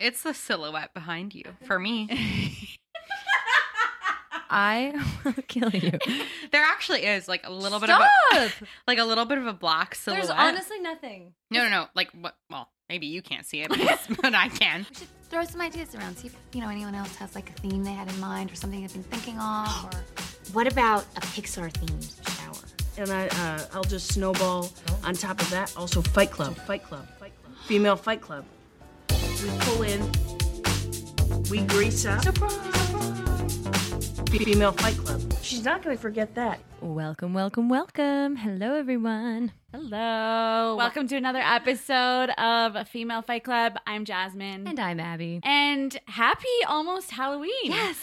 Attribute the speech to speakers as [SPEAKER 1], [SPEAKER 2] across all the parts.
[SPEAKER 1] It's the silhouette behind you for me.
[SPEAKER 2] I will kill you.
[SPEAKER 1] There actually is like a little bit of
[SPEAKER 2] Stop!
[SPEAKER 1] a, like a little bit of a black silhouette.
[SPEAKER 2] There's honestly nothing.
[SPEAKER 1] no, no, no. Like what? Well, maybe you can't see it, but, it's- but I can.
[SPEAKER 3] We should throw some ideas around. See if you know anyone else has like a theme they had in mind or something they've been thinking of. Or
[SPEAKER 4] What about a Pixar themed shower?
[SPEAKER 5] And I, uh, I'll just snowball on top of that. Also, Fight Club, Fight Club, Fight Club, female Fight Club. We pull in, we grease up. Surprise! Female Fight Club. She's not gonna forget that.
[SPEAKER 2] Welcome, welcome, welcome. Hello, everyone.
[SPEAKER 6] Hello. Welcome to another episode of Female Fight Club. I'm Jasmine.
[SPEAKER 2] And I'm Abby.
[SPEAKER 6] And happy almost Halloween.
[SPEAKER 2] Yes.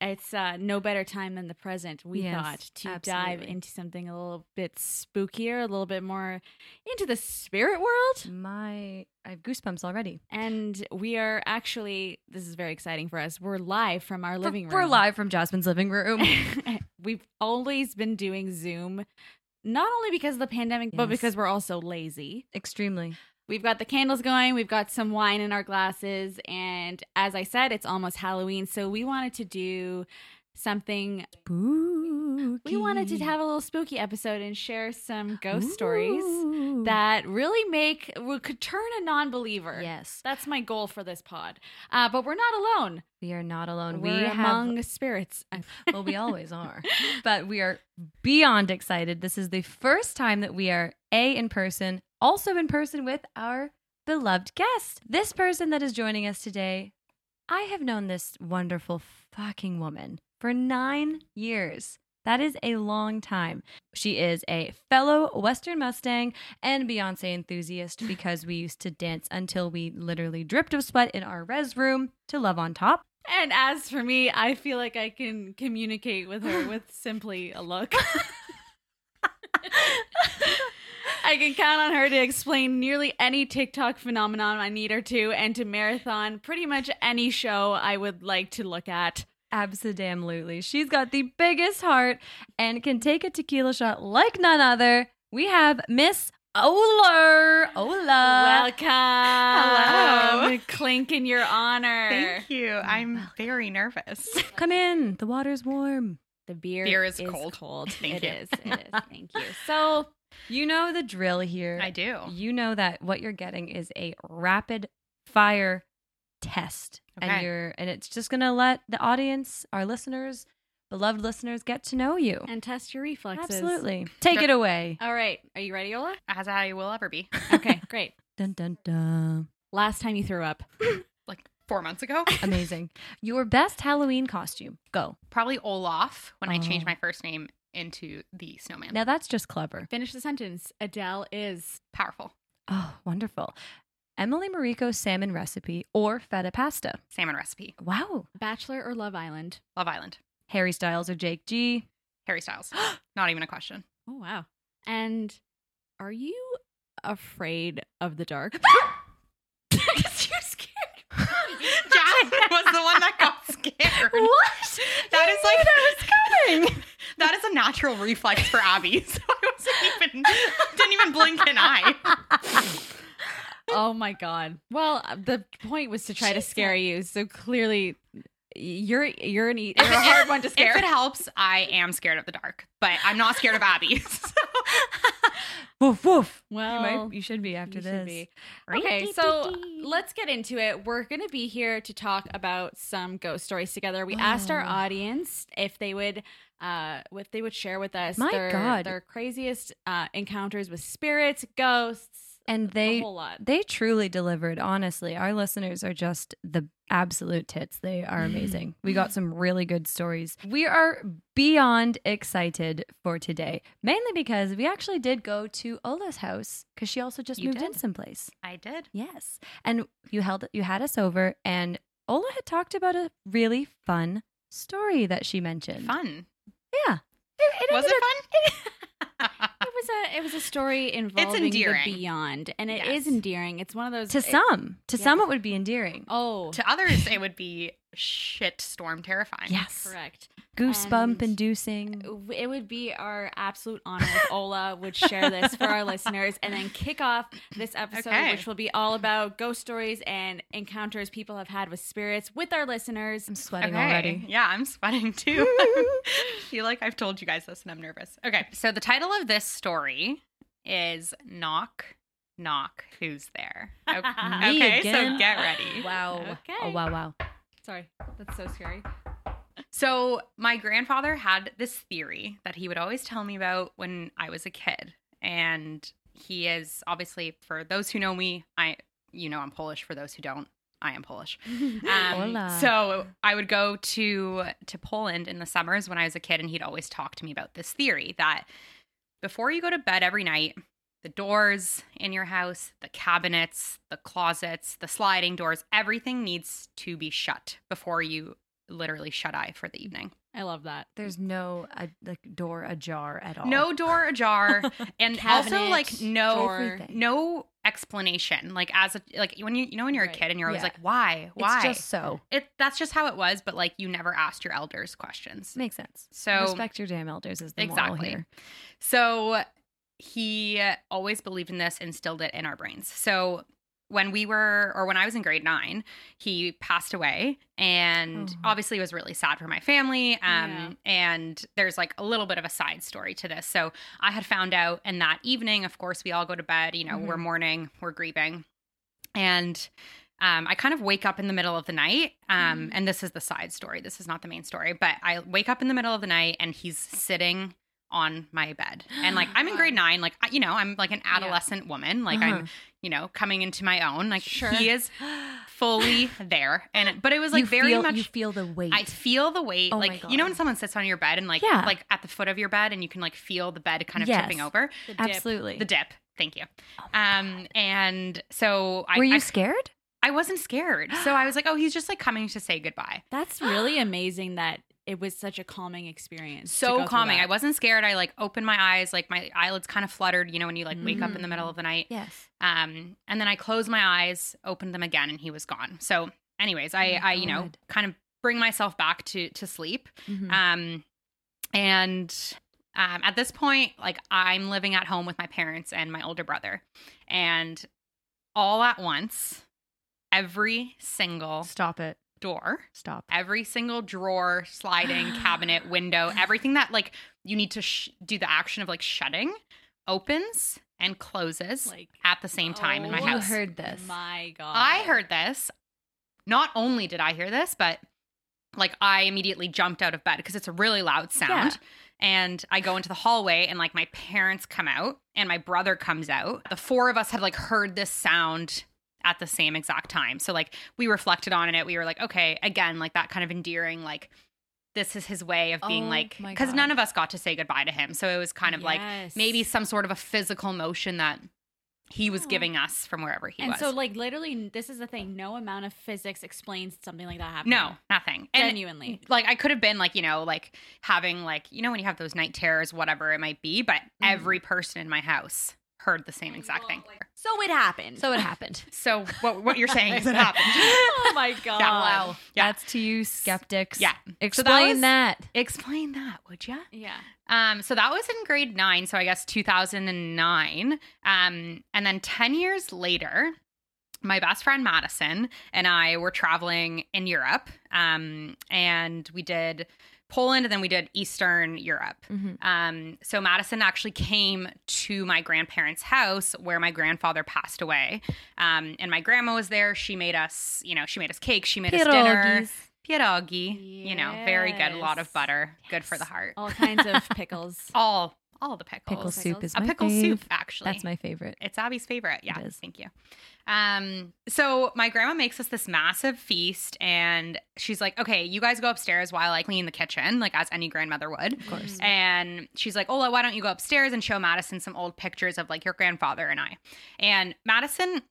[SPEAKER 6] It's uh, no better time than the present, we
[SPEAKER 2] Yes,
[SPEAKER 6] thought, to dive
[SPEAKER 2] absolutely.
[SPEAKER 6] into something a little bit spookier, a little bit more into the spirit world.
[SPEAKER 2] My, I have goosebumps already.
[SPEAKER 6] And we are actually, this is very exciting for us. We're live from our living room.
[SPEAKER 2] We're live from Jasmine's living room.
[SPEAKER 6] We've always been doing Zoom, not only because of the pandemic, but
[SPEAKER 2] Yes.
[SPEAKER 6] because we're also lazy.
[SPEAKER 2] Extremely.
[SPEAKER 6] We've got the candles going, we've got some wine in our glasses, and as I said, it's almost Halloween, so we wanted to do something.
[SPEAKER 2] Spooky.
[SPEAKER 6] We wanted to have a little spooky episode and share some ghost stories
[SPEAKER 2] Ooh.
[SPEAKER 6] that really make we could turn a non-believer.
[SPEAKER 2] Yes,
[SPEAKER 6] That's my goal for this pod. Uh, but we're not alone.
[SPEAKER 2] we are not alone.
[SPEAKER 6] We're
[SPEAKER 2] we
[SPEAKER 6] among spirits.
[SPEAKER 2] have, well, we always are, but we are beyond excited. This is the first time that we are a in person, also in person with our beloved guest. This person that is joining us today, I have known this wonderful fucking woman for nine years. That is a long time. She is a fellow Western Mustang and Beyonce enthusiast because we used to dance until we literally dripped of sweat in our res room to Love on Top.
[SPEAKER 6] And as for me, I feel like I can communicate with her with simply a look. I can count on her to explain nearly any TikTok phenomenon I need her to and to marathon pretty much any show I would like to look at.
[SPEAKER 2] Absolutely. She's got the biggest heart and can take a tequila shot like none other. We have Miss Oler. Ola.
[SPEAKER 6] Welcome.
[SPEAKER 1] Uh, hello.
[SPEAKER 6] Clink in your honor.
[SPEAKER 1] Thank you. I'm very nervous.
[SPEAKER 2] Come in. The water's warm.
[SPEAKER 6] The beer,
[SPEAKER 1] Beer is cold. Thank
[SPEAKER 6] It
[SPEAKER 1] you.
[SPEAKER 6] is. It is. Thank you. So,
[SPEAKER 2] You know the drill here.
[SPEAKER 1] I do.
[SPEAKER 2] You know that what you're getting is a rapid fire test. And
[SPEAKER 1] Okay.
[SPEAKER 2] you're and it's just gonna let the audience, our listeners, beloved listeners, get to know you.
[SPEAKER 6] and test your reflexes.
[SPEAKER 2] Absolutely. Take it away.
[SPEAKER 6] All right. Are you ready, Ola?
[SPEAKER 1] As I will ever be.
[SPEAKER 6] Okay, great.
[SPEAKER 2] Dun dun dun.
[SPEAKER 6] Last time you threw up.
[SPEAKER 1] Like four months ago,
[SPEAKER 2] Amazing. Your best Halloween costume. Go.
[SPEAKER 1] probably Olaf when I changed
[SPEAKER 2] Oh.
[SPEAKER 1] my first name into the Snowman.
[SPEAKER 2] Now that's just clever.
[SPEAKER 6] Finish the sentence. Adele is.
[SPEAKER 1] Powerful
[SPEAKER 2] Oh, wonderful. Emily Mariko salmon recipe or feta pasta.
[SPEAKER 1] salmon recipe.
[SPEAKER 2] Wow.
[SPEAKER 6] Bachelor or Love Island?
[SPEAKER 1] Love Island.
[SPEAKER 2] Harry Styles or Jake G.
[SPEAKER 1] Harry Styles. Not even a question.
[SPEAKER 6] Oh, wow. And are you afraid of the dark? Because you're scared.
[SPEAKER 1] Jasmine was the one that got scared.
[SPEAKER 2] What?
[SPEAKER 1] That is like
[SPEAKER 2] was coming.
[SPEAKER 1] that is a natural reflex for Abby. So I wasn't even didn't even blink an eye.
[SPEAKER 6] oh, my God. Well, uh, the point was to try to scare you. So clearly, you're you're an e- you're a hard one to
[SPEAKER 1] If it
[SPEAKER 6] scare.
[SPEAKER 1] helps, I am scared of the dark, but I'm not scared of Abby. So.
[SPEAKER 2] woof woof. You,
[SPEAKER 6] Well,
[SPEAKER 2] might- you should be after
[SPEAKER 6] You
[SPEAKER 2] this.
[SPEAKER 6] should be. Okay, so let's get into it. We're going to be here to talk about some ghost stories together. We asked our
[SPEAKER 2] Wow.
[SPEAKER 6] audience if they would, uh, if they would share with us
[SPEAKER 2] My
[SPEAKER 6] their
[SPEAKER 2] God.
[SPEAKER 6] their craziest uh, encounters with spirits, ghosts,
[SPEAKER 2] And
[SPEAKER 6] a
[SPEAKER 2] they
[SPEAKER 6] whole lot.
[SPEAKER 2] they truly delivered, honestly. Our listeners are just the absolute tits. They are amazing. we got some really good stories. We are beyond excited for today, mainly because we actually did go to Ola's house because she also just
[SPEAKER 1] You
[SPEAKER 2] moved in
[SPEAKER 1] did.
[SPEAKER 2] someplace.
[SPEAKER 1] I did.
[SPEAKER 2] Yes. And you held you had us over and Ola had talked about a really fun story that she mentioned.
[SPEAKER 1] Fun.
[SPEAKER 2] Yeah. It,
[SPEAKER 1] Was
[SPEAKER 2] ended up-
[SPEAKER 1] it fun?
[SPEAKER 6] It was a it was a story involving the
[SPEAKER 1] endearing.
[SPEAKER 6] beyond, and it is
[SPEAKER 1] Yes.
[SPEAKER 6] endearing. It's one of those
[SPEAKER 2] to
[SPEAKER 6] it-
[SPEAKER 2] some. To
[SPEAKER 6] Yeah.
[SPEAKER 2] some it would be endearing.
[SPEAKER 6] Oh,
[SPEAKER 1] to others, it would be shit storm terrifying.
[SPEAKER 2] Yes.
[SPEAKER 6] Correct.
[SPEAKER 2] Goosebump
[SPEAKER 6] And-
[SPEAKER 2] inducing.
[SPEAKER 6] It would be our absolute honor if Ola would share this for our listeners and then kick off this episode,
[SPEAKER 1] Okay.
[SPEAKER 6] which will be all about ghost stories and encounters people have had with spirits with our listeners.
[SPEAKER 2] I'm sweating already.
[SPEAKER 1] Yeah, I'm sweating too. I feel like I've told you guys this and I'm nervous. Okay, so the title of this story is Knock, Knock, Who's There? O-
[SPEAKER 2] Me
[SPEAKER 1] Okay,
[SPEAKER 2] again?
[SPEAKER 1] so get ready.
[SPEAKER 2] Wow.
[SPEAKER 6] Okay.
[SPEAKER 2] Oh, wow, wow.
[SPEAKER 6] Sorry, that's so scary.
[SPEAKER 1] So, my grandfather had this theory that he would always tell me about when I was a kid. And he is obviously, for those who know me, I, you know, I'm Polish. For those who don't, I am Polish. Um,
[SPEAKER 2] Hola.
[SPEAKER 1] so I would go to to Poland in the summers when I was a kid, and he'd always talk to me about this theory that before you go to bed every night, the doors in your house, the cabinets, the closets, the sliding doors, everything needs to be shut before you literally shut eye for the evening.
[SPEAKER 6] I love that.
[SPEAKER 2] There's no uh, like door ajar at all.
[SPEAKER 1] No door ajar, and also
[SPEAKER 6] Cabinet,
[SPEAKER 1] like no
[SPEAKER 6] drawer.
[SPEAKER 2] Everything.
[SPEAKER 1] no explanation. Like as a like when you you know when you're
[SPEAKER 6] Right.
[SPEAKER 1] a kid and you're always
[SPEAKER 2] Yeah.
[SPEAKER 1] like why why
[SPEAKER 2] It's just so.
[SPEAKER 1] it that's just how it was but like you never asked your elders questions
[SPEAKER 2] Makes sense.
[SPEAKER 1] so
[SPEAKER 2] Respect your damn elders is the moral
[SPEAKER 1] Exactly.
[SPEAKER 2] here.
[SPEAKER 1] so he always believed in this instilled it in our brains so when we were or when i was in grade nine he passed away and
[SPEAKER 2] Oh.
[SPEAKER 1] obviously was really sad for my family um,
[SPEAKER 6] Yeah.
[SPEAKER 1] and there's like a little bit of a side story to this so i had found out and that evening of course we all go to bed you know
[SPEAKER 2] Mhm.
[SPEAKER 1] we're mourning we're grieving and um, I kind of wake up in the middle of the night.
[SPEAKER 2] Mm-hmm.
[SPEAKER 1] Um, And this is the side story. This is not the main story. But I wake up in the middle of the night and he's sitting on my bed. And like, I'm in grade nine. Like, I, you know, I'm like an adolescent woman. Like,
[SPEAKER 2] Uh-huh.
[SPEAKER 1] I'm, you know, coming into my own. Like,
[SPEAKER 6] Sure.
[SPEAKER 1] he is fully there. And, but it was like
[SPEAKER 2] you
[SPEAKER 1] very
[SPEAKER 2] feel,
[SPEAKER 1] much.
[SPEAKER 2] You feel the weight.
[SPEAKER 1] I feel the weight.
[SPEAKER 2] Oh my
[SPEAKER 1] like, you know,
[SPEAKER 2] God.
[SPEAKER 1] when someone sits on your bed and like,
[SPEAKER 2] Yeah.
[SPEAKER 1] like at the foot of your bed and you can like feel the bed kind of
[SPEAKER 2] Yes.
[SPEAKER 1] tipping over?
[SPEAKER 6] The dip.
[SPEAKER 2] Absolutely.
[SPEAKER 1] The dip. Thank you. um, and so I,
[SPEAKER 2] Were you
[SPEAKER 1] I
[SPEAKER 2] scared?
[SPEAKER 1] I wasn't scared. So I was like, oh, he's just like coming to say goodbye.
[SPEAKER 6] That's really amazing that it was such a calming experience. to go
[SPEAKER 1] So
[SPEAKER 6] through
[SPEAKER 1] calming.
[SPEAKER 6] that.
[SPEAKER 1] I wasn't scared. I like opened my eyes, like my eyelids kind of fluttered, you know, when you like wake up in the
[SPEAKER 6] Mhm.
[SPEAKER 1] middle of the night.
[SPEAKER 2] Yes.
[SPEAKER 1] Um, and then I closed my eyes, opened them again, and he was gone. So,
[SPEAKER 6] Oh
[SPEAKER 1] anyways, I,
[SPEAKER 2] my
[SPEAKER 1] I, you know,
[SPEAKER 2] God.
[SPEAKER 1] kind of bring myself back to to sleep.
[SPEAKER 6] Mm-hmm. Mm.
[SPEAKER 2] Mhm.
[SPEAKER 1] Um, and um, at this point, like I'm living at home with my parents and my older brother, and all at once, every single
[SPEAKER 2] Stop it.
[SPEAKER 1] door
[SPEAKER 2] Stop.
[SPEAKER 1] every single drawer, sliding cabinet, window, everything that like you need to sh- do the action of like shutting opens and closes
[SPEAKER 6] Like,
[SPEAKER 1] at the same time in my
[SPEAKER 6] oh,
[SPEAKER 2] you
[SPEAKER 1] house.
[SPEAKER 2] heard this.
[SPEAKER 6] My God.
[SPEAKER 1] I heard this. Not only did I hear this, but like I immediately jumped out of bed because it's a really loud sound. And I go into the hallway and like my parents come out and my brother comes out. The four of us had like heard this sound at the same exact time. So like we reflected on it. We were like, okay, again, like that kind of endearing, like this is his way of being
[SPEAKER 2] Oh
[SPEAKER 1] like
[SPEAKER 2] my
[SPEAKER 1] because
[SPEAKER 2] God.
[SPEAKER 1] none of us got to say goodbye to him. So it was kind of like
[SPEAKER 6] Yes.
[SPEAKER 1] maybe some sort of a physical motion that he was
[SPEAKER 6] Aw.
[SPEAKER 1] giving us from wherever he
[SPEAKER 6] and
[SPEAKER 1] was.
[SPEAKER 6] so, like, literally, this is the thing. No amount of physics explains something like that happening.
[SPEAKER 1] No, nothing. And
[SPEAKER 6] Genuinely.
[SPEAKER 1] like I could have been like, you know, like having like, you know, when you have those night terrors, whatever it might be, but every person in my house heard the same exact thing.
[SPEAKER 6] So it happened.
[SPEAKER 2] So it happened.
[SPEAKER 1] So what what you're saying is it happened.
[SPEAKER 6] oh my god.
[SPEAKER 1] Yeah. Yeah.
[SPEAKER 2] That's to you, skeptics.
[SPEAKER 1] Yeah. So that
[SPEAKER 2] Explain
[SPEAKER 1] was-
[SPEAKER 2] that.
[SPEAKER 1] Explain that, would ya?
[SPEAKER 6] Yeah.
[SPEAKER 1] Um, so that was in grade nine, so I guess 2009. Um, and then 10 years later, my best friend Madison and I were traveling in Europe. Um, and we did Poland and then we did Eastern Europe.
[SPEAKER 2] Mhm.
[SPEAKER 6] Mm-hmm.
[SPEAKER 1] Um, so Madison actually came to my grandparents' house where my grandfather passed away. Um, and my grandma was there. She made us, you know, she made us cake, she made us dinner.
[SPEAKER 2] Pierogies.
[SPEAKER 1] Pierogi, you know, very good. A lot of
[SPEAKER 6] Yes. Oh,
[SPEAKER 1] butter, good for the heart
[SPEAKER 6] All kinds of pickles.
[SPEAKER 1] all all the pickles.
[SPEAKER 2] Pickle
[SPEAKER 6] Pickles.
[SPEAKER 2] soup is
[SPEAKER 1] a
[SPEAKER 2] my
[SPEAKER 1] pickle
[SPEAKER 2] fave.
[SPEAKER 1] soup, actually.
[SPEAKER 2] That's my favorite.
[SPEAKER 1] It's Abby's favorite. Yeah,
[SPEAKER 2] It is.
[SPEAKER 1] thank you. Um, so my grandma makes us this massive feast, and she's like, "Okay, you guys go upstairs while I clean the kitchen, like as any grandmother would."
[SPEAKER 2] Of course.
[SPEAKER 1] And she's like, Ola, why don't you go upstairs and show Madison some old pictures of like your grandfather and I? And Madison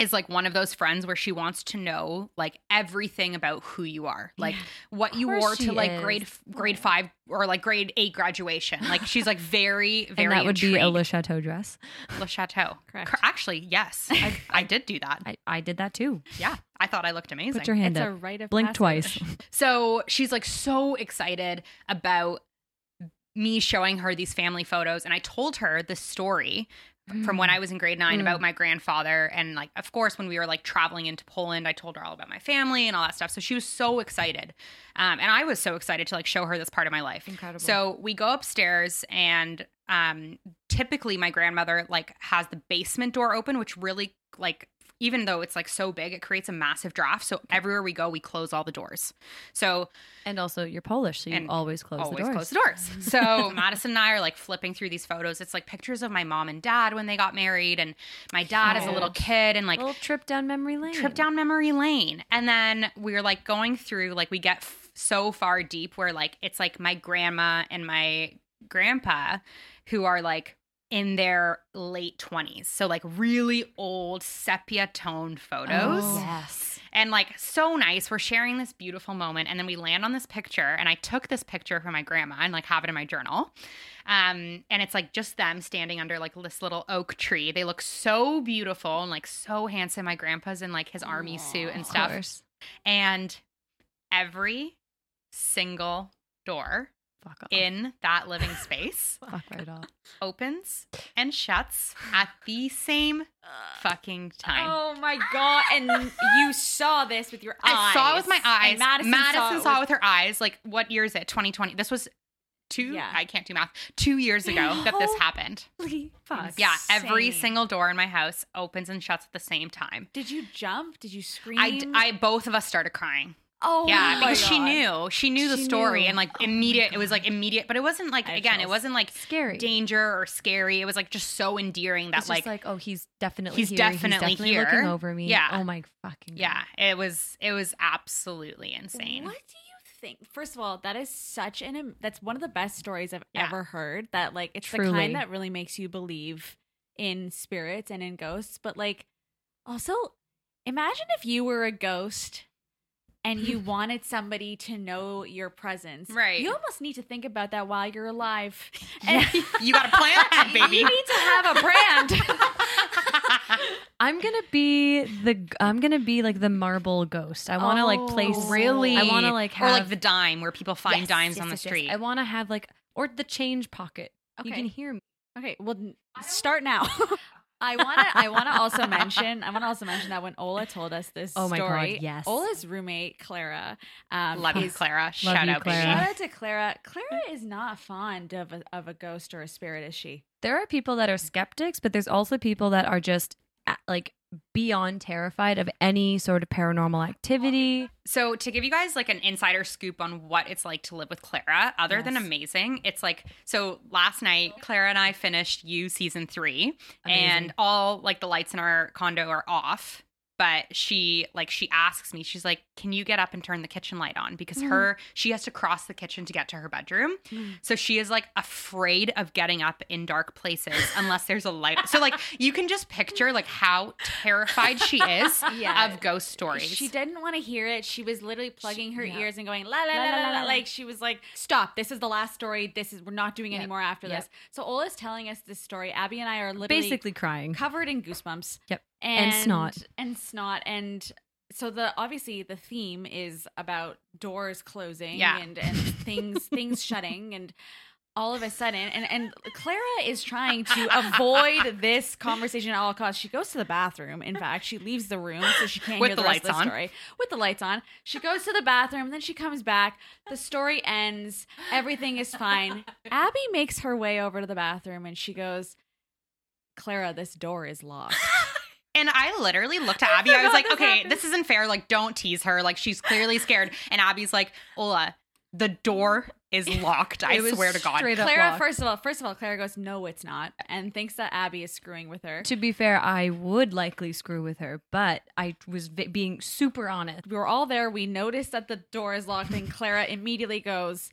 [SPEAKER 1] is like one of those friends where she wants to know like everything about who you are, like what you
[SPEAKER 2] course
[SPEAKER 1] wore to
[SPEAKER 2] she
[SPEAKER 1] like
[SPEAKER 2] is.
[SPEAKER 1] grade grade five or like grade eight graduation. Like she's like very very.
[SPEAKER 2] and that would be a
[SPEAKER 1] intrigued.
[SPEAKER 2] Le Chateau dress.
[SPEAKER 1] Le Chateau.
[SPEAKER 6] Correct.
[SPEAKER 1] Cor- Actually, yes, I, I did do that.
[SPEAKER 2] I, I did that too.
[SPEAKER 1] Yeah, I thought I looked amazing.
[SPEAKER 2] Put your hand
[SPEAKER 6] It's a
[SPEAKER 2] up.
[SPEAKER 6] rite of
[SPEAKER 2] Blink
[SPEAKER 6] passage.
[SPEAKER 2] twice.
[SPEAKER 1] So she's like so excited about me showing her these family photos. And I told her the story from when I was in grade nine about my grandfather. And like, of course, when we were like traveling into Poland, I told her all about my family and all that stuff. So she was so excited. Um, and I was so excited to like show her this part of my life.
[SPEAKER 2] Incredible.
[SPEAKER 1] So we go upstairs and um typically my grandmother like has the basement door open, which really like even though it's like so big, it creates a massive draft. So everywhere we go, we close all the doors. So
[SPEAKER 2] and also, you're Polish, so you
[SPEAKER 1] And
[SPEAKER 2] always close
[SPEAKER 1] always
[SPEAKER 2] the doors.
[SPEAKER 1] close the doors. So Madison and I are like flipping through these photos. It's like pictures of my mom and dad when they got married, and my dad as a little kid, and like
[SPEAKER 2] Little trip down memory lane.
[SPEAKER 1] trip down memory lane. And then we're like going through, like we get f- so far deep where like it's like my grandma and my grandpa who are like in their late 20s. So like really old sepia toned photos.
[SPEAKER 2] Oh.
[SPEAKER 4] Yes.
[SPEAKER 1] And like so nice. We're sharing this beautiful moment. And then we land on this picture. And I took this picture from my grandma and like have it in my journal. Um, and it's like just them standing under like this little oak tree. They look so beautiful and like so handsome. My grandpa's in like his army suit and
[SPEAKER 2] Of
[SPEAKER 1] stuff.
[SPEAKER 2] course.
[SPEAKER 1] And every single door
[SPEAKER 2] Fuck off.
[SPEAKER 1] in that living space
[SPEAKER 2] Fuck right off.
[SPEAKER 1] opens and shuts at the same fucking time.
[SPEAKER 6] Oh my god! And you saw this with your eyes.
[SPEAKER 1] I saw it with my eyes.
[SPEAKER 6] And Madison, saw, it with,
[SPEAKER 1] her eyes. Like, what year is it? 2020. This was two,
[SPEAKER 6] Yeah.
[SPEAKER 1] I can't do math, two years ago that this happened.
[SPEAKER 6] fuck.
[SPEAKER 1] Yeah, every
[SPEAKER 6] Insane.
[SPEAKER 1] single door in my house opens and shuts at the same time.
[SPEAKER 6] Did you jump? Did you scream?
[SPEAKER 1] I, d- I- both of us started crying.
[SPEAKER 6] oh
[SPEAKER 1] yeah,
[SPEAKER 6] my
[SPEAKER 1] because she
[SPEAKER 6] God.
[SPEAKER 1] knew. She knew the
[SPEAKER 6] She
[SPEAKER 1] story
[SPEAKER 6] knew. Oh
[SPEAKER 1] and like immediate, it was like immediate, but it wasn't like,
[SPEAKER 6] I have
[SPEAKER 1] again, it
[SPEAKER 6] chills.
[SPEAKER 1] wasn't like
[SPEAKER 2] Scary.
[SPEAKER 1] danger or scary. It was like just so endearing that
[SPEAKER 2] It's just like, oh, he's definitely
[SPEAKER 1] he's
[SPEAKER 2] here.
[SPEAKER 1] definitely
[SPEAKER 2] he's definitely
[SPEAKER 1] here.
[SPEAKER 2] looking over me.
[SPEAKER 1] Yeah.
[SPEAKER 2] Oh my fucking. God.
[SPEAKER 1] yeah, it was, it was absolutely insane.
[SPEAKER 6] What do you think? First of all, that is such an am- that's one of the best stories I've
[SPEAKER 1] Yeah.
[SPEAKER 6] ever heard. That like it's the
[SPEAKER 2] Truly.
[SPEAKER 6] kind that really makes you believe in spirits and in ghosts. But like also imagine if you were a ghost and you wanted somebody to know your presence.
[SPEAKER 1] Right.
[SPEAKER 6] You almost need to think about that while you're alive. And
[SPEAKER 1] You got a plan, baby.
[SPEAKER 6] you need to have a brand.
[SPEAKER 2] I'm gonna be the. I'm gonna be like the marble ghost. I want to like place.
[SPEAKER 1] Oh, Really?
[SPEAKER 2] I want to like have
[SPEAKER 1] or like the dime where people find
[SPEAKER 2] Yes,
[SPEAKER 1] dimes
[SPEAKER 2] yes,
[SPEAKER 1] on the
[SPEAKER 2] yes, yes.
[SPEAKER 1] street.
[SPEAKER 2] I want to have like or the change pocket. You
[SPEAKER 6] Okay.
[SPEAKER 2] can hear me.
[SPEAKER 6] Okay, well, n- start now. I want to. I want to also mention. I want to also mention that when Ola told us this
[SPEAKER 2] Oh my God,
[SPEAKER 6] story,
[SPEAKER 2] yes.
[SPEAKER 6] Ola's roommate Clara. Um,
[SPEAKER 1] Love you,
[SPEAKER 6] is-
[SPEAKER 1] Clara. Shout
[SPEAKER 2] you,
[SPEAKER 1] out,
[SPEAKER 2] Clara.
[SPEAKER 1] baby.
[SPEAKER 6] Shout out to Clara. Clara is not fond of a, of a ghost or a spirit, is she?
[SPEAKER 2] There are people that are skeptics, but there's also people that are just uh, like beyond terrified of any sort of paranormal
[SPEAKER 1] Oh,
[SPEAKER 2] activity.
[SPEAKER 1] So to give you guys like an insider scoop on what it's like to live with Clara, other than
[SPEAKER 6] Yes.
[SPEAKER 1] amazing, it's like so last night Clara and I finished you season 3 and
[SPEAKER 2] Amazing.
[SPEAKER 1] all like the lights in our condo are off. But she like she asks me, she's like, Can you get up and turn the kitchen light on? Because her
[SPEAKER 6] Mm.
[SPEAKER 1] she has to cross the kitchen to get to her bedroom. So she is like afraid of getting up in dark places unless there's a light. So like you can just picture like how terrified she is
[SPEAKER 6] Yeah.
[SPEAKER 1] of ghost stories.
[SPEAKER 6] She didn't want to hear it. She was literally plugging her
[SPEAKER 2] yeah.
[SPEAKER 6] ears and going la la la la la. Like she was like, "Stop! This is the last story. This is we're not doing any
[SPEAKER 2] Yep,
[SPEAKER 6] more after
[SPEAKER 2] yep.
[SPEAKER 6] this." So Ola's telling us this story. Abby and I are literally
[SPEAKER 2] Basically crying.
[SPEAKER 6] covered in goosebumps.
[SPEAKER 2] Yep. And snot.
[SPEAKER 6] And snot. And so the obviously the theme is about doors closing
[SPEAKER 1] Yeah.
[SPEAKER 6] and, and things things shutting and all of a sudden and, and Clara is trying to avoid this conversation at all costs. She goes to the bathroom. In fact, she leaves the room so she can't
[SPEAKER 1] With
[SPEAKER 6] hear
[SPEAKER 1] the
[SPEAKER 6] the, rest
[SPEAKER 1] lights
[SPEAKER 6] of the
[SPEAKER 1] on.
[SPEAKER 6] story. With the lights on. She goes to the bathroom, then she comes back. The story ends. Everything is fine. Abby makes her way over to the bathroom and she goes, Clara, this door is locked.
[SPEAKER 1] And I literally looked at Abby. I, was
[SPEAKER 6] forgot
[SPEAKER 1] like,
[SPEAKER 6] this
[SPEAKER 1] okay,
[SPEAKER 6] happened."
[SPEAKER 1] this isn't fair. Like, don't tease her. Like, she's clearly scared. And Abby's like, Ola, the door is locked. I
[SPEAKER 2] It was
[SPEAKER 1] swear to God.
[SPEAKER 2] straight up
[SPEAKER 6] Clara,
[SPEAKER 2] locked.
[SPEAKER 6] first of all, first of all, Clara goes, "No, it's not," and thinks that Abby is screwing with her.
[SPEAKER 2] To be fair, I would likely screw with her, but I was vi- being super honest.
[SPEAKER 6] We were all there. We noticed that the door is locked, and Clara immediately goes,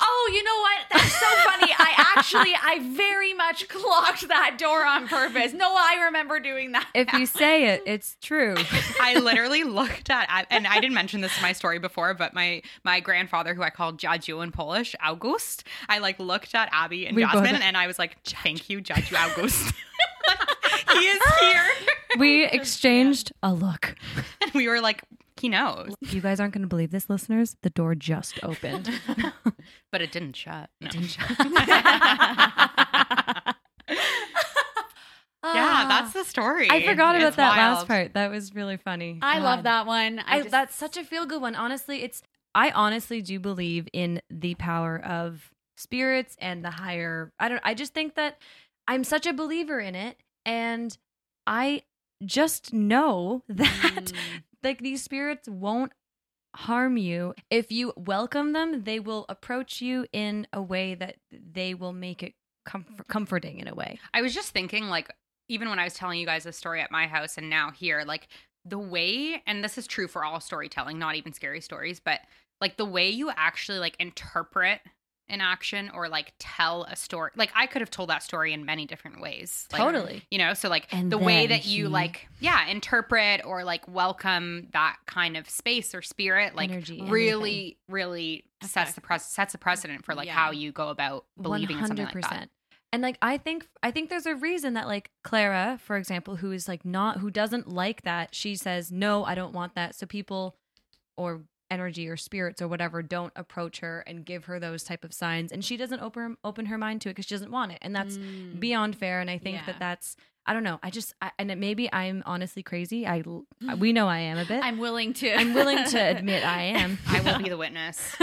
[SPEAKER 6] Oh, you know what? That's so funny. I actually, I very much clocked that door on purpose. No, I remember doing that.
[SPEAKER 2] If you say it, it's true.
[SPEAKER 1] I literally looked at, I- and I didn't mention this in my story before, but my my grandfather, who I called Jadziu in Polish, August, I like looked at Abby and
[SPEAKER 2] We both-
[SPEAKER 1] Jasmine, and I was like, "Thank you, Jadziu August." Like, he is here,
[SPEAKER 2] We exchanged a look.
[SPEAKER 1] and we were like, "He knows,"
[SPEAKER 2] You guys aren't going to believe this, listeners. The door just opened.
[SPEAKER 1] but it didn't shut. No. yeah, that's the story.
[SPEAKER 2] I forgot about
[SPEAKER 1] It's
[SPEAKER 2] that last
[SPEAKER 1] wild.
[SPEAKER 2] part. That was really funny.
[SPEAKER 6] I love
[SPEAKER 2] God.
[SPEAKER 6] that one. I,
[SPEAKER 2] I,
[SPEAKER 6] just,
[SPEAKER 2] that's such a feel good one. Honestly, it's I honestly do believe in the power of spirits and the higher. I don't. I just think that I'm such a believer in it, and I just know that
[SPEAKER 6] Mm.
[SPEAKER 2] like these spirits won't harm you if you welcome them. They will approach you in a way that they will make it comf- comforting in a way.
[SPEAKER 1] I was just thinking, like, even when I was telling you guys a story at my house and now here, like, the way, and this is true for all storytelling, not even scary stories, but like the way you actually like interpret an action or like tell a story. Like, I could have told that story in many different ways. Like,
[SPEAKER 2] totally.
[SPEAKER 1] You know, so like
[SPEAKER 4] And
[SPEAKER 1] the way
[SPEAKER 4] then
[SPEAKER 1] that you
[SPEAKER 4] he-
[SPEAKER 1] like, yeah, interpret or like welcome that kind of space or spirit, like
[SPEAKER 2] Energy,
[SPEAKER 1] really, really sets
[SPEAKER 6] Affect.
[SPEAKER 1] the pres sets a precedent for like
[SPEAKER 6] Yeah.
[SPEAKER 1] how you go about believing in something like that.
[SPEAKER 2] 100%. And like I think I think there's a reason that like Clara, for example, who is like not who doesn't like that, she says, "No, I don't want that." So people or energy or spirits or whatever don't approach her and give her those type of signs and she doesn't open open her mind to it cuz she doesn't want it. And that's
[SPEAKER 6] Mm.
[SPEAKER 2] beyond fair and I think
[SPEAKER 6] Yeah.
[SPEAKER 2] that that's I don't know. I just I, and it, maybe I'm honestly crazy. I we know I am a bit.
[SPEAKER 6] I'm willing to.
[SPEAKER 2] I'm willing to admit I am.
[SPEAKER 1] I will be the witness.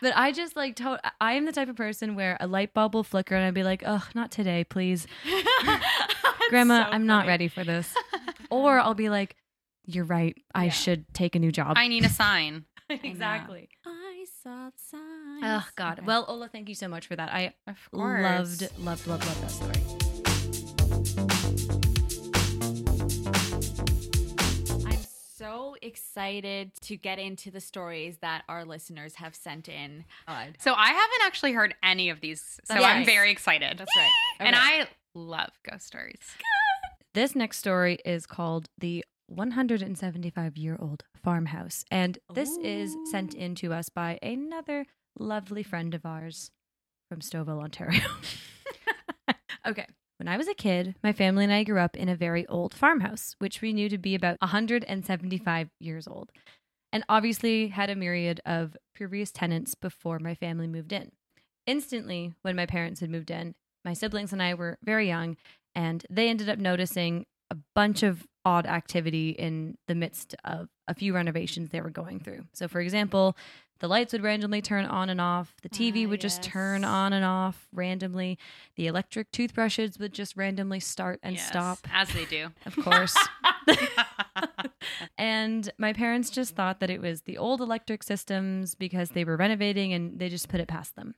[SPEAKER 2] but I just like to- I am the type of person where a light bulb will flicker and I'd be like, "Ugh, not today, please, Grandma. I'm not ready for this." or I'll be like, "You're right. I
[SPEAKER 6] Yeah.
[SPEAKER 2] should take a new job."
[SPEAKER 1] I need a sign.
[SPEAKER 2] exactly.
[SPEAKER 6] I saw the signs.
[SPEAKER 2] Oh God.
[SPEAKER 6] Okay.
[SPEAKER 2] Well, Ola, thank you so much for that. I
[SPEAKER 1] Of
[SPEAKER 2] loved, loved, loved, loved that story.
[SPEAKER 6] I'm so excited to get into the stories that our listeners have sent in.
[SPEAKER 1] So I haven't actually heard any of these, so
[SPEAKER 6] That's
[SPEAKER 1] I'm
[SPEAKER 6] right.
[SPEAKER 1] very excited. That's right. And
[SPEAKER 6] Okay.
[SPEAKER 1] I love ghost stories.
[SPEAKER 2] This next story is called The 175 Year Old Farmhouse. And this is sent in to us by another lovely friend of ours from Stouffville, Ontario. okay. When I was a kid, my family and I grew up in a very old farmhouse, which we knew to be about 175 years old, and obviously had a myriad of previous tenants before my family moved in. Instantly, when my parents had moved in, my siblings and I were very young, and they ended up noticing a bunch of odd activity in the midst of a few renovations they were going through. So, for example, the lights would randomly turn on and off, the TV
[SPEAKER 6] Ah,
[SPEAKER 2] would just turn
[SPEAKER 6] yes.
[SPEAKER 2] on and off randomly, the electric toothbrushes would just randomly start and
[SPEAKER 1] Yes,
[SPEAKER 2] stop,
[SPEAKER 1] as they do.
[SPEAKER 2] of course. and my parents just thought that it was the old electric systems because they were renovating and they just put it past them.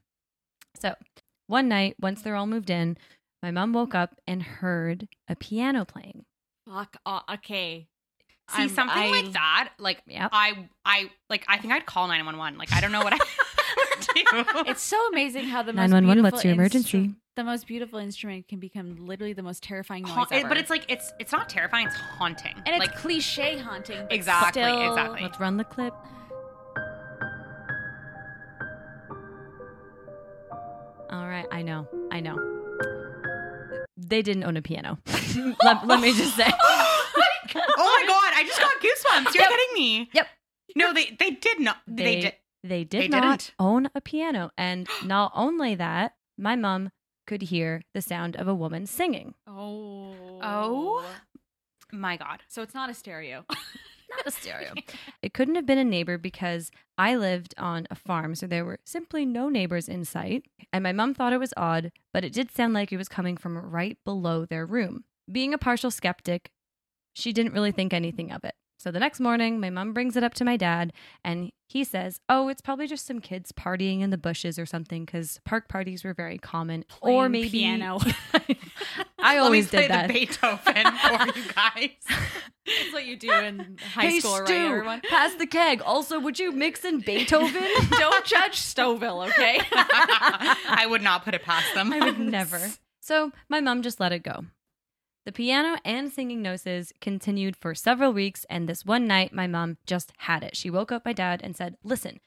[SPEAKER 2] So one night, once they're all moved in, my mom woke up and heard a piano playing.
[SPEAKER 6] Fuck. o- okay.
[SPEAKER 1] See
[SPEAKER 6] I'm-
[SPEAKER 1] something
[SPEAKER 6] I-
[SPEAKER 1] like that, like
[SPEAKER 2] Yep.
[SPEAKER 1] I, I like I think I'd call nine one one. Like I don't know what I would do.
[SPEAKER 6] It's so amazing how the most
[SPEAKER 2] 911,
[SPEAKER 6] beautiful
[SPEAKER 2] what's your emergency?
[SPEAKER 6] instru- the most beautiful instrument can become literally the most terrifying noise
[SPEAKER 1] Haun-
[SPEAKER 6] ever.
[SPEAKER 1] but it's like it's it's not terrifying. It's haunting.
[SPEAKER 6] and it's
[SPEAKER 1] like
[SPEAKER 6] cliche haunting. but
[SPEAKER 1] Exactly,
[SPEAKER 6] still-
[SPEAKER 1] exactly.
[SPEAKER 2] Let's run the clip. All right, I know, I know. They didn't own a piano. let, let me just say.
[SPEAKER 1] oh my god, I just got goosebumps. You're
[SPEAKER 2] Yep.
[SPEAKER 1] kidding me.
[SPEAKER 2] Yep.
[SPEAKER 1] No, they they did not. They,
[SPEAKER 2] They-
[SPEAKER 1] did.
[SPEAKER 2] They did
[SPEAKER 1] They
[SPEAKER 2] not
[SPEAKER 1] didn't.
[SPEAKER 2] own a piano. And not only that, my mom could hear the sound of a woman singing.
[SPEAKER 6] Oh.
[SPEAKER 1] Oh. My god.
[SPEAKER 6] So it's not a stereo.
[SPEAKER 2] Not a stereo. it couldn't have been a neighbor because I lived on a farm, so there were simply no neighbors in sight. And my mom thought it was odd, but it did sound like it was coming from right below their room. Being a partial skeptic, she didn't really think anything of it. So the next morning, my mom brings it up to my dad, and he says, Oh, it's probably just some kids partying in the bushes or something because park parties were very common. or
[SPEAKER 6] Playing
[SPEAKER 2] maybe.
[SPEAKER 6] piano.
[SPEAKER 2] I always
[SPEAKER 1] Let me play
[SPEAKER 2] did that.
[SPEAKER 1] the Beethoven for you guys.
[SPEAKER 6] That's what you do in high
[SPEAKER 2] hey,
[SPEAKER 6] school,
[SPEAKER 2] Stu,
[SPEAKER 6] right, everyone?
[SPEAKER 2] pass the keg. Also, would you mix in Beethoven?
[SPEAKER 6] Don't judge Stouffville, okay?
[SPEAKER 1] I would not put it past them.
[SPEAKER 2] I would never. So my mom just let it go. The piano and singing noses continued for several weeks, and this one night, my mom just had it. She woke up my dad and said, Listen,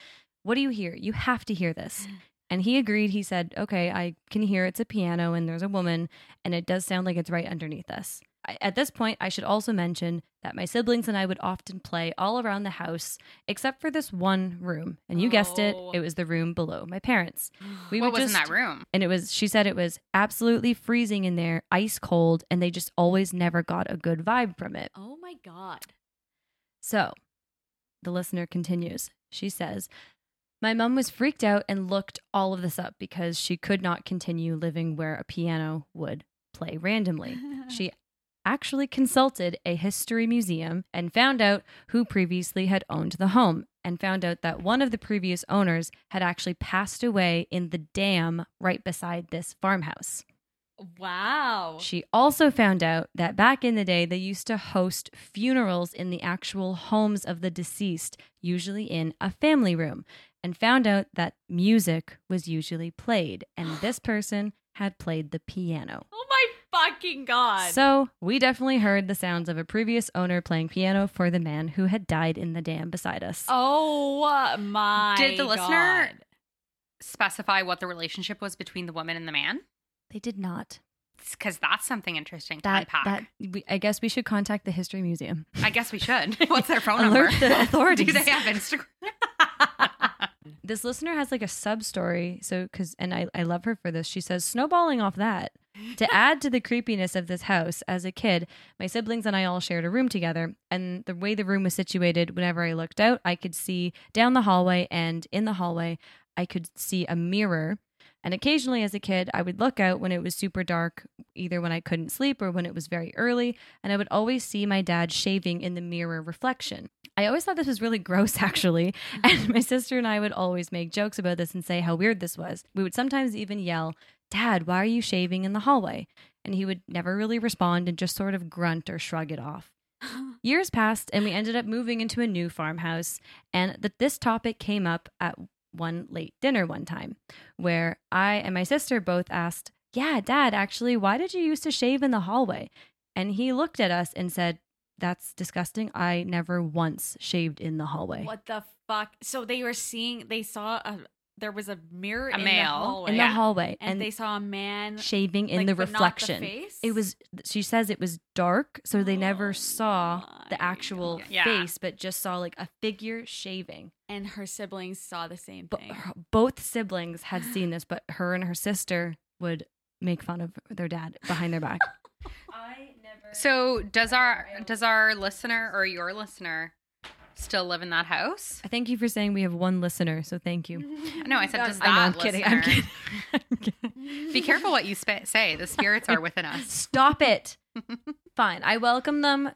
[SPEAKER 2] what do you hear? You have to hear this. And he agreed. He said, Okay, I can hear it's a piano and there's a woman, and it does sound like it's right underneath us. I, at this point, I should also mention that my siblings and I would often play all around the house, except for this one room. And you guessed it,
[SPEAKER 6] Oh.
[SPEAKER 2] it was the room below my parents. We
[SPEAKER 1] what
[SPEAKER 2] would
[SPEAKER 1] was in
[SPEAKER 2] just-
[SPEAKER 1] that room?
[SPEAKER 2] and it was she said it was absolutely freezing in there ice cold and they just always never got a good vibe from it
[SPEAKER 6] oh my God.
[SPEAKER 2] so the listener continues she says my mum was freaked out and looked all of this up because she could not continue living where a piano would play randomly she actually consulted a history museum and found out who previously had owned the home and found out that one of the previous owners had actually passed away in the dam right beside this farmhouse.
[SPEAKER 6] Wow.
[SPEAKER 2] She also found out that back in the day, they used to host funerals in the actual homes of the deceased, usually in a family room, and found out that music was usually played, and this person had played the piano.
[SPEAKER 6] Oh my fucking God.
[SPEAKER 2] So we definitely heard the sounds of a previous owner playing piano for the man who had died in the dam beside us.
[SPEAKER 6] oh my.
[SPEAKER 1] Did the listener-
[SPEAKER 6] God.
[SPEAKER 1] Specify what the relationship was between the woman and the man,
[SPEAKER 2] They did not.
[SPEAKER 1] because that's something interesting to
[SPEAKER 2] That
[SPEAKER 1] unpack.
[SPEAKER 2] that we, I guess we should contact the history museum.
[SPEAKER 1] I guess we should. What's their phone
[SPEAKER 2] Alert
[SPEAKER 1] number?
[SPEAKER 2] the authorities.
[SPEAKER 1] Do they have Instagram?
[SPEAKER 2] This listener has like a sub story. So, because, and I, I love her for this. She says, snowballing off that. to add to the creepiness of this house, as a kid, my siblings and I all shared a room together. And the way the room was situated, whenever I looked out, I could see down the hallway. And in the hallway, I could see a mirror. And occasionally, as a kid, I would look out when it was super dark, either when I couldn't sleep or when it was very early. And I would always see my dad shaving in the mirror reflection. I always thought this was really gross, actually. And my sister and I would always make jokes about this and say how weird this was. We would sometimes even yell, Dad, why are you shaving in the hallway? And he would never really respond and just sort of grunt or shrug it off. Years passed, and we ended up moving into a new farmhouse. And th- this topic came up at one late dinner one time, where I and my sister both asked, Yeah, Dad, actually, why did you used to shave in the hallway? And he looked at us and said, That's disgusting. I never once shaved in the hallway.
[SPEAKER 6] What the fuck? So they were seeing, they saw a, there was a mirror
[SPEAKER 1] A
[SPEAKER 6] in the
[SPEAKER 1] male.
[SPEAKER 6] hallway.
[SPEAKER 2] In the
[SPEAKER 1] Yeah.
[SPEAKER 2] hallway.
[SPEAKER 6] And, they saw a man.
[SPEAKER 2] shaving in
[SPEAKER 6] like,
[SPEAKER 2] the
[SPEAKER 6] but not
[SPEAKER 2] reflection.
[SPEAKER 6] face?
[SPEAKER 2] It was she says it was dark, so they
[SPEAKER 6] Oh
[SPEAKER 2] never saw the
[SPEAKER 6] my
[SPEAKER 2] actual
[SPEAKER 1] God. Yeah.
[SPEAKER 2] face, but just saw like a figure shaving.
[SPEAKER 6] And her siblings saw the same
[SPEAKER 2] But
[SPEAKER 6] thing.
[SPEAKER 2] her- both siblings had seen this, but her and her sister would make fun of their dad behind their back. I never
[SPEAKER 1] So does our does our listener or your listener still live in that house?
[SPEAKER 2] I thank you for saying we have one listener, so thank you.
[SPEAKER 1] No, I said does that
[SPEAKER 2] I know, I'm
[SPEAKER 1] listener?
[SPEAKER 2] kidding. I'm kidding. I'm kidding.
[SPEAKER 1] Be careful what you sp- say. The spirits are within us.
[SPEAKER 2] Stop it. Fine. I welcome them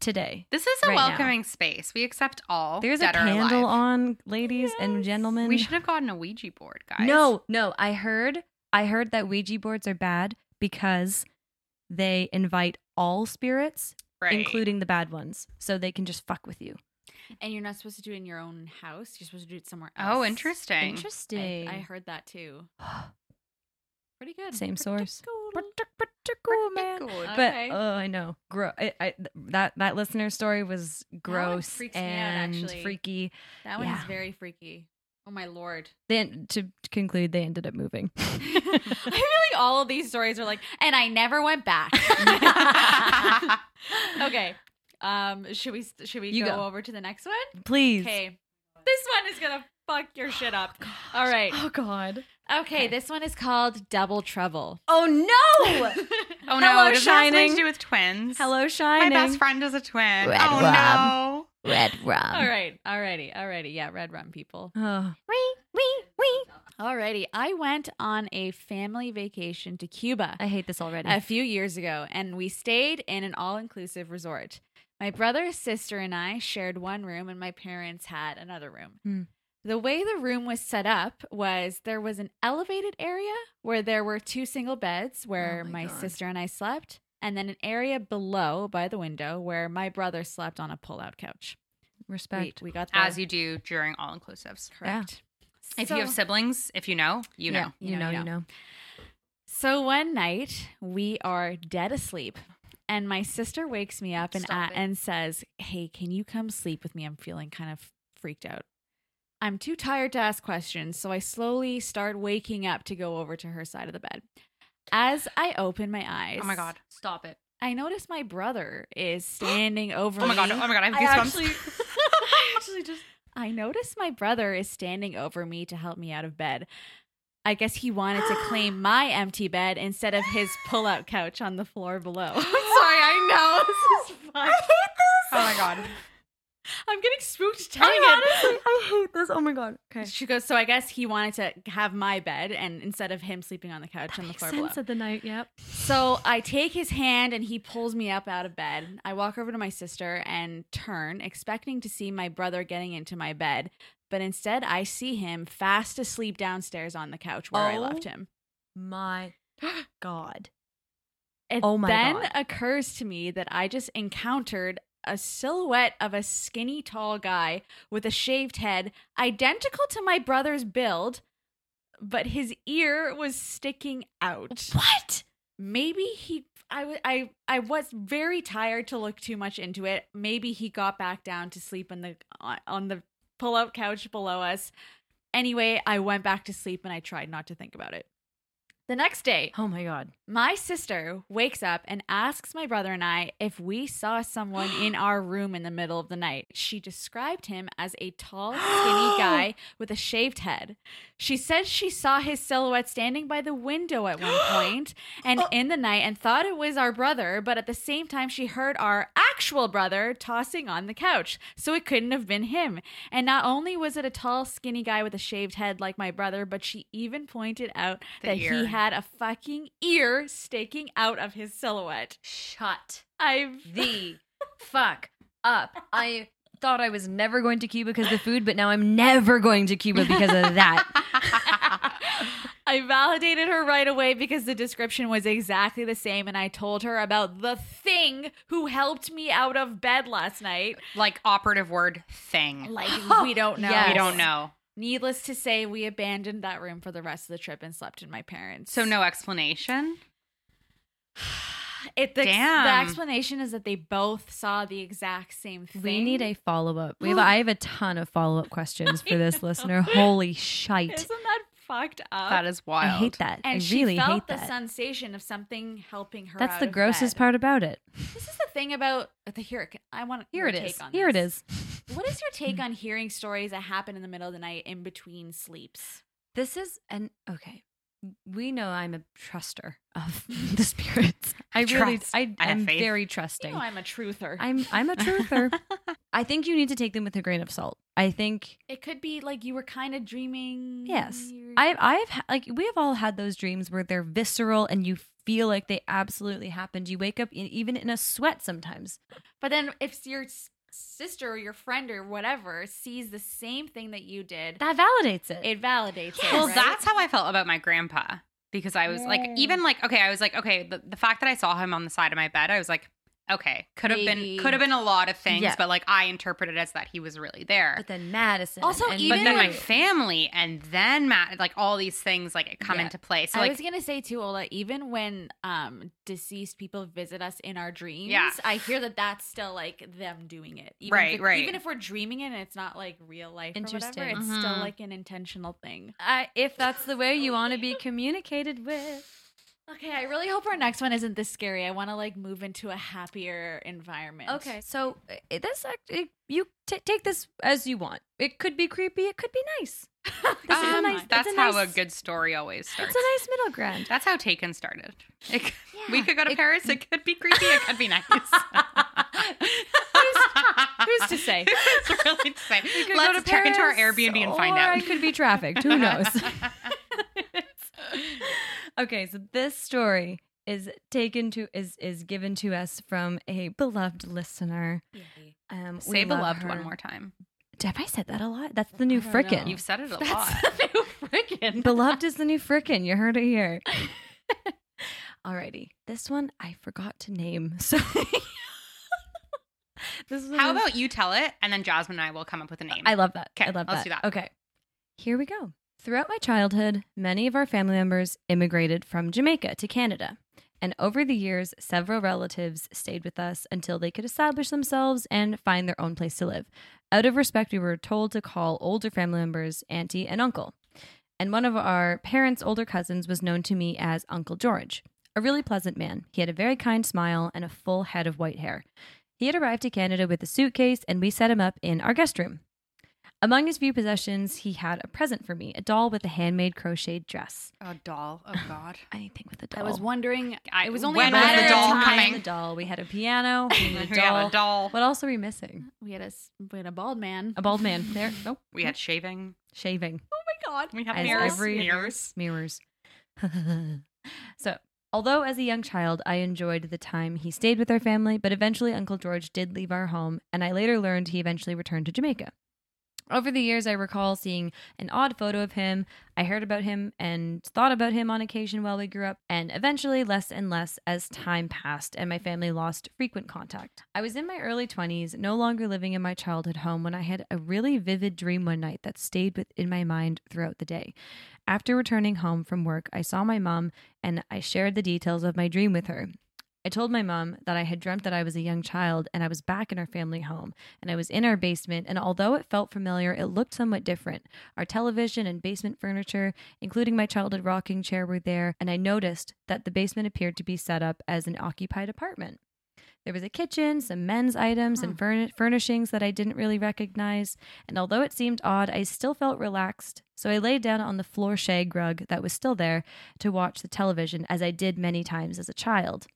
[SPEAKER 2] today.
[SPEAKER 1] This is a
[SPEAKER 2] Right now.
[SPEAKER 1] welcoming space. We accept all.
[SPEAKER 2] There's a
[SPEAKER 1] Oh, dead or alive.
[SPEAKER 2] candle on, ladies and gentlemen.
[SPEAKER 1] We should have gotten a Ouija board, guys.
[SPEAKER 2] No, no. I heard I heard that Ouija boards are bad because they invite all spirits,
[SPEAKER 1] right.
[SPEAKER 2] including the bad ones. So they can just fuck with you.
[SPEAKER 6] and you're not supposed to do it in your own house. You're supposed to do it somewhere else.
[SPEAKER 1] Oh, interesting.
[SPEAKER 2] Interesting.
[SPEAKER 6] I, I heard that too. Pretty good.
[SPEAKER 2] Same
[SPEAKER 6] Pretty
[SPEAKER 2] source.
[SPEAKER 6] cool.
[SPEAKER 2] Pretty, pretty cool, man.
[SPEAKER 1] Good.
[SPEAKER 2] But
[SPEAKER 6] Okay.
[SPEAKER 2] oh, I know. Gro- I, I, that that listener story was gross
[SPEAKER 6] freaks me out,
[SPEAKER 2] and
[SPEAKER 6] actually.
[SPEAKER 2] freaky.
[SPEAKER 6] That one is
[SPEAKER 2] Yeah.
[SPEAKER 6] very freaky. Oh my lord.
[SPEAKER 2] Then to conclude, they ended up moving.
[SPEAKER 6] I feel like all of these stories are like, and I never went back.
[SPEAKER 2] Oh,
[SPEAKER 6] okay. Um, should we should we
[SPEAKER 2] You
[SPEAKER 6] go,
[SPEAKER 2] go.
[SPEAKER 6] over to the next one?
[SPEAKER 2] Please.
[SPEAKER 6] Okay. This one is gonna fuck your shit up. all right.
[SPEAKER 2] Oh God.
[SPEAKER 6] Okay, this one is called Double Trouble.
[SPEAKER 2] Oh no.
[SPEAKER 1] Oh no! does
[SPEAKER 2] Hello,
[SPEAKER 1] that have something
[SPEAKER 2] Shining.
[SPEAKER 1] to do with twins?
[SPEAKER 2] Hello,
[SPEAKER 1] My
[SPEAKER 2] shining.
[SPEAKER 1] best friend is a twin.
[SPEAKER 2] Red
[SPEAKER 1] oh
[SPEAKER 2] rum.
[SPEAKER 1] no!
[SPEAKER 2] Red rum.
[SPEAKER 6] All right, alrighty, alrighty. Yeah, Red Rum people.
[SPEAKER 2] Oh.
[SPEAKER 6] Alrighty. I went on a family vacation to Cuba.
[SPEAKER 2] I hate this already.
[SPEAKER 6] a few years ago, and we stayed in an all inclusive resort. My brother, sister, and I shared one room, and my parents had another room.
[SPEAKER 2] Hmm.
[SPEAKER 6] The way the room was set up was there was an elevated area where there were two single beds where
[SPEAKER 2] Oh my
[SPEAKER 6] my,
[SPEAKER 2] God.
[SPEAKER 6] sister and I slept, and then an area below by the window where my brother slept on a pull-out couch. We-
[SPEAKER 2] Respect.
[SPEAKER 6] We, got that
[SPEAKER 1] as you do during all inclusives.
[SPEAKER 6] correct.
[SPEAKER 1] If you have
[SPEAKER 6] So-
[SPEAKER 1] siblings, if you know, you know.
[SPEAKER 2] Yeah, you know, you know.
[SPEAKER 6] So one night we are dead asleep, and my sister wakes me up and
[SPEAKER 1] Stop
[SPEAKER 6] a-
[SPEAKER 1] it.
[SPEAKER 6] and says, "Hey, can you come sleep with me? I'm feeling kind of freaked out. I'm too tired to ask questions, so I slowly start waking up to go over to her side of the bed. As I open my eyes,
[SPEAKER 1] Oh my god, stop it!
[SPEAKER 6] I notice my brother is standing over
[SPEAKER 1] Oh my
[SPEAKER 6] me.
[SPEAKER 1] god, oh my god, I have
[SPEAKER 2] I
[SPEAKER 1] goosebumps.
[SPEAKER 2] actually-
[SPEAKER 6] actually just I noticed my brother is standing over me to help me out of bed. I guess he wanted to claim my empty bed instead of his pull-out couch on the floor below. Sorry, I know this is fun.
[SPEAKER 1] oh my god,
[SPEAKER 6] I'm getting spooked telling it.
[SPEAKER 2] I hate this. Oh my god. Okay.
[SPEAKER 6] She goes, so I guess he wanted to have my bed, and instead of him sleeping on the couch on the floor below.
[SPEAKER 2] Sense of the night. Yep.
[SPEAKER 6] So I take his hand and he pulls me up out of bed. I walk over to my sister and turn, expecting to see my brother getting into my bed. But instead, I see him fast asleep downstairs on the couch where I
[SPEAKER 2] Oh.
[SPEAKER 6] left him.
[SPEAKER 2] My god.
[SPEAKER 6] It
[SPEAKER 2] Oh my
[SPEAKER 6] then
[SPEAKER 2] God.
[SPEAKER 6] occurs to me that I just encountered a silhouette of a skinny, tall guy with a shaved head, identical to my brother's build, but his ear was sticking out.
[SPEAKER 2] What?
[SPEAKER 6] maybe he I, wa- I I was very tired to look too much into it. Maybe he got back down to sleep on the on- on the pull-out couch below us. Anyway, I went back to sleep and I tried not to think about it. The next day,
[SPEAKER 2] Oh my god.
[SPEAKER 6] my sister wakes up and asks my brother and I if we saw someone in our room in the middle of the night. She described him as a tall, skinny guy with a shaved head. She said she saw his silhouette standing by the window at one point
[SPEAKER 1] Oh.
[SPEAKER 6] and in the night and thought it was our brother, but at the same time, she heard our actual brother tossing on the couch. So it couldn't have been him. And not only was it a tall, skinny guy with a shaved head like my brother, but she even pointed out
[SPEAKER 1] The
[SPEAKER 6] that
[SPEAKER 1] ear.
[SPEAKER 6] he had a fucking ear staking out of his silhouette.
[SPEAKER 2] Shut
[SPEAKER 6] I've
[SPEAKER 2] the fuck up. I thought I was never going to Cuba because of the food, but now I'm never going to Cuba because of that.
[SPEAKER 6] I validated her right away because the description was exactly the same and I told her about the thing who helped me out of bed last night.
[SPEAKER 1] like operative word thing.
[SPEAKER 6] Like we don't know.
[SPEAKER 2] Yes.
[SPEAKER 1] We don't know,
[SPEAKER 6] Needless to say, we abandoned that room for the rest of the trip and slept in my parents.
[SPEAKER 1] so no explanation.
[SPEAKER 6] It, the,
[SPEAKER 1] Damn.
[SPEAKER 6] the explanation is that they both saw the exact same thing.
[SPEAKER 2] We need a follow up. We have I have a ton of follow up questions for this listener. Holy shite.
[SPEAKER 6] Isn't that fucked up?
[SPEAKER 1] That is wild.
[SPEAKER 2] I hate that.
[SPEAKER 6] and
[SPEAKER 2] I really
[SPEAKER 6] she felt
[SPEAKER 2] hate
[SPEAKER 6] the
[SPEAKER 2] that.
[SPEAKER 6] sensation of something helping her.
[SPEAKER 2] That's
[SPEAKER 6] out
[SPEAKER 2] the
[SPEAKER 6] of
[SPEAKER 2] grossest
[SPEAKER 6] bed.
[SPEAKER 2] part about it.
[SPEAKER 6] This is the thing about the here. I want
[SPEAKER 2] Here
[SPEAKER 6] your
[SPEAKER 2] it
[SPEAKER 6] take
[SPEAKER 2] is.
[SPEAKER 6] On
[SPEAKER 2] Here it
[SPEAKER 6] this.
[SPEAKER 2] is.
[SPEAKER 6] What is your take on hearing stories that happen in the middle of the night in between sleeps?
[SPEAKER 2] This is an okay. We know I'm a truster of the spirits. I really,
[SPEAKER 1] Trust.
[SPEAKER 2] I,
[SPEAKER 1] I have
[SPEAKER 2] am
[SPEAKER 1] faith.
[SPEAKER 2] very
[SPEAKER 6] You
[SPEAKER 2] trusting.
[SPEAKER 6] know, I'm a truther.
[SPEAKER 2] I'm I'm a truther. I think you need to take them with a grain of salt. I think
[SPEAKER 6] it could be like you were kind of dreaming.
[SPEAKER 2] yes.
[SPEAKER 6] you're-
[SPEAKER 2] I I've ha- like we have all had those dreams where they're visceral and you feel like they absolutely happened. You wake up in, even in a sweat sometimes.
[SPEAKER 6] But then if your s- sister or your friend or whatever sees the same thing that you did,
[SPEAKER 2] That validates it.
[SPEAKER 6] it validates it.
[SPEAKER 1] Well,
[SPEAKER 6] right?
[SPEAKER 1] that's how I felt about my grandpa because I was like, even like, okay, I was like, okay, the, the fact that I saw him on the side of my bed, I was like, okay, could have been
[SPEAKER 6] Maybe.
[SPEAKER 1] could have been a lot of things,
[SPEAKER 2] Yeah.
[SPEAKER 1] but like I interpreted it as that he was really there.
[SPEAKER 2] but then Madison.
[SPEAKER 6] Also,
[SPEAKER 2] and
[SPEAKER 1] but
[SPEAKER 6] even
[SPEAKER 1] then my
[SPEAKER 6] like-
[SPEAKER 1] family and then Matt, like all these things like come
[SPEAKER 2] Yeah.
[SPEAKER 1] into play. So
[SPEAKER 6] I
[SPEAKER 1] like,
[SPEAKER 6] was gonna say too, Ola. Even when um deceased people visit us in our dreams,
[SPEAKER 1] Yeah.
[SPEAKER 6] I hear that that's still like them doing it. Even if
[SPEAKER 1] Right,
[SPEAKER 6] it-
[SPEAKER 1] right.
[SPEAKER 6] Even if we're dreaming it and it's not like real life, Or
[SPEAKER 2] Interesting. Mm-hmm.
[SPEAKER 6] whatever, it's still
[SPEAKER 1] Mhm.
[SPEAKER 6] like an intentional thing.
[SPEAKER 2] I, if that's the way you want to be communicated with.
[SPEAKER 6] Okay, I really hope our next one isn't this scary. I want to like move into a happier environment.
[SPEAKER 2] Okay, so uh, this act- it, you t- take this as you want. It could be creepy. It could be nice. This is a
[SPEAKER 1] um,
[SPEAKER 2] nice- it's
[SPEAKER 1] that's
[SPEAKER 2] a
[SPEAKER 1] how
[SPEAKER 2] nice-
[SPEAKER 1] a good story always starts.
[SPEAKER 2] It's a nice middle ground.
[SPEAKER 1] that's how Taken started. It, c- we
[SPEAKER 2] Yeah,
[SPEAKER 1] could go to
[SPEAKER 2] it-
[SPEAKER 1] Paris. It could be creepy. It could be nice.
[SPEAKER 6] who's to say?
[SPEAKER 1] It's really to say.
[SPEAKER 2] We could
[SPEAKER 1] Let's
[SPEAKER 2] go to
[SPEAKER 1] check into our
[SPEAKER 2] Paris,
[SPEAKER 1] Airbnb and find
[SPEAKER 2] or
[SPEAKER 1] out.
[SPEAKER 2] I could be trafficked. Who knows? okay, so this story is taken to is is given to us from a beloved listener. Um, we
[SPEAKER 1] Say
[SPEAKER 2] love
[SPEAKER 1] beloved
[SPEAKER 2] her.
[SPEAKER 1] one more time.
[SPEAKER 2] Have I said that a lot? That's the new
[SPEAKER 6] don't
[SPEAKER 2] frickin'.
[SPEAKER 6] know.
[SPEAKER 1] You've said it a lot.
[SPEAKER 6] That's the new freaking.
[SPEAKER 2] Beloved is the new frickin'. You heard it here. Alrighty, this one I forgot to name. So this one
[SPEAKER 1] How
[SPEAKER 2] is-
[SPEAKER 1] about you tell it, and then Jasmine and I will come up with a name.
[SPEAKER 2] I love that. I
[SPEAKER 1] Okay,
[SPEAKER 2] love
[SPEAKER 1] let's
[SPEAKER 2] that.
[SPEAKER 1] do that.
[SPEAKER 2] Okay. Here we go. Throughout my childhood, many of our family members immigrated from Jamaica to Canada. And over the years, several relatives stayed with us until they could establish themselves and find their own place to live. Out of respect, we were told to call older family members auntie and uncle. And one of our parents' older cousins was known to me as Uncle George, a really pleasant man. He had a very kind smile and a full head of white hair. He had arrived to Canada with a suitcase, and we set him up in our guest room. Among his few possessions, he had a present for me a doll with a handmade crocheted dress.
[SPEAKER 1] a doll. Oh God.
[SPEAKER 2] Anything with a
[SPEAKER 6] I
[SPEAKER 2] doll.
[SPEAKER 6] was wondering.
[SPEAKER 1] I-
[SPEAKER 6] it was only
[SPEAKER 1] when
[SPEAKER 6] a
[SPEAKER 1] was the
[SPEAKER 6] matter
[SPEAKER 1] doll
[SPEAKER 6] of time.
[SPEAKER 1] coming?
[SPEAKER 2] The doll. We had a piano. We
[SPEAKER 1] we
[SPEAKER 2] had a
[SPEAKER 1] had
[SPEAKER 2] doll.
[SPEAKER 1] a doll.
[SPEAKER 2] What else are we missing?
[SPEAKER 6] We had a s- we had a bald man.
[SPEAKER 1] Oh
[SPEAKER 2] A bald man. There. Nope.
[SPEAKER 1] We had shaving.
[SPEAKER 2] Shaving.
[SPEAKER 6] Oh my god.
[SPEAKER 1] We had
[SPEAKER 2] As
[SPEAKER 1] mirrors.
[SPEAKER 2] every-
[SPEAKER 1] mirrors.
[SPEAKER 2] Mirrors. so, although as a young child I enjoyed the time he stayed with our family, but eventually Uncle George did leave our home, and I later learned he eventually returned to Jamaica. Over the years, I recall seeing an odd photo of him. I heard about him and thought about him on occasion while we grew up, and eventually less and less as time passed and my family lost frequent contact. I was in my early 20s, no longer living in my childhood home, when I had a really vivid dream one night that stayed within my mind throughout the day. After returning home from work, I saw my mom and I shared the details of my dream with her. I told my mom that I had dreamt that I was a young child and I was back in our family home and I was in our basement and although it felt familiar it looked somewhat different. Our television and basement furniture including my childhood rocking chair were there and I noticed that the basement appeared to be set up as an occupied apartment. There was a kitchen, some men's items and furni- furnishings that I didn't really recognize and although it seemed odd I still felt relaxed so I lay down on the floor shag rug that was still there to watch the television as I did many times as a child.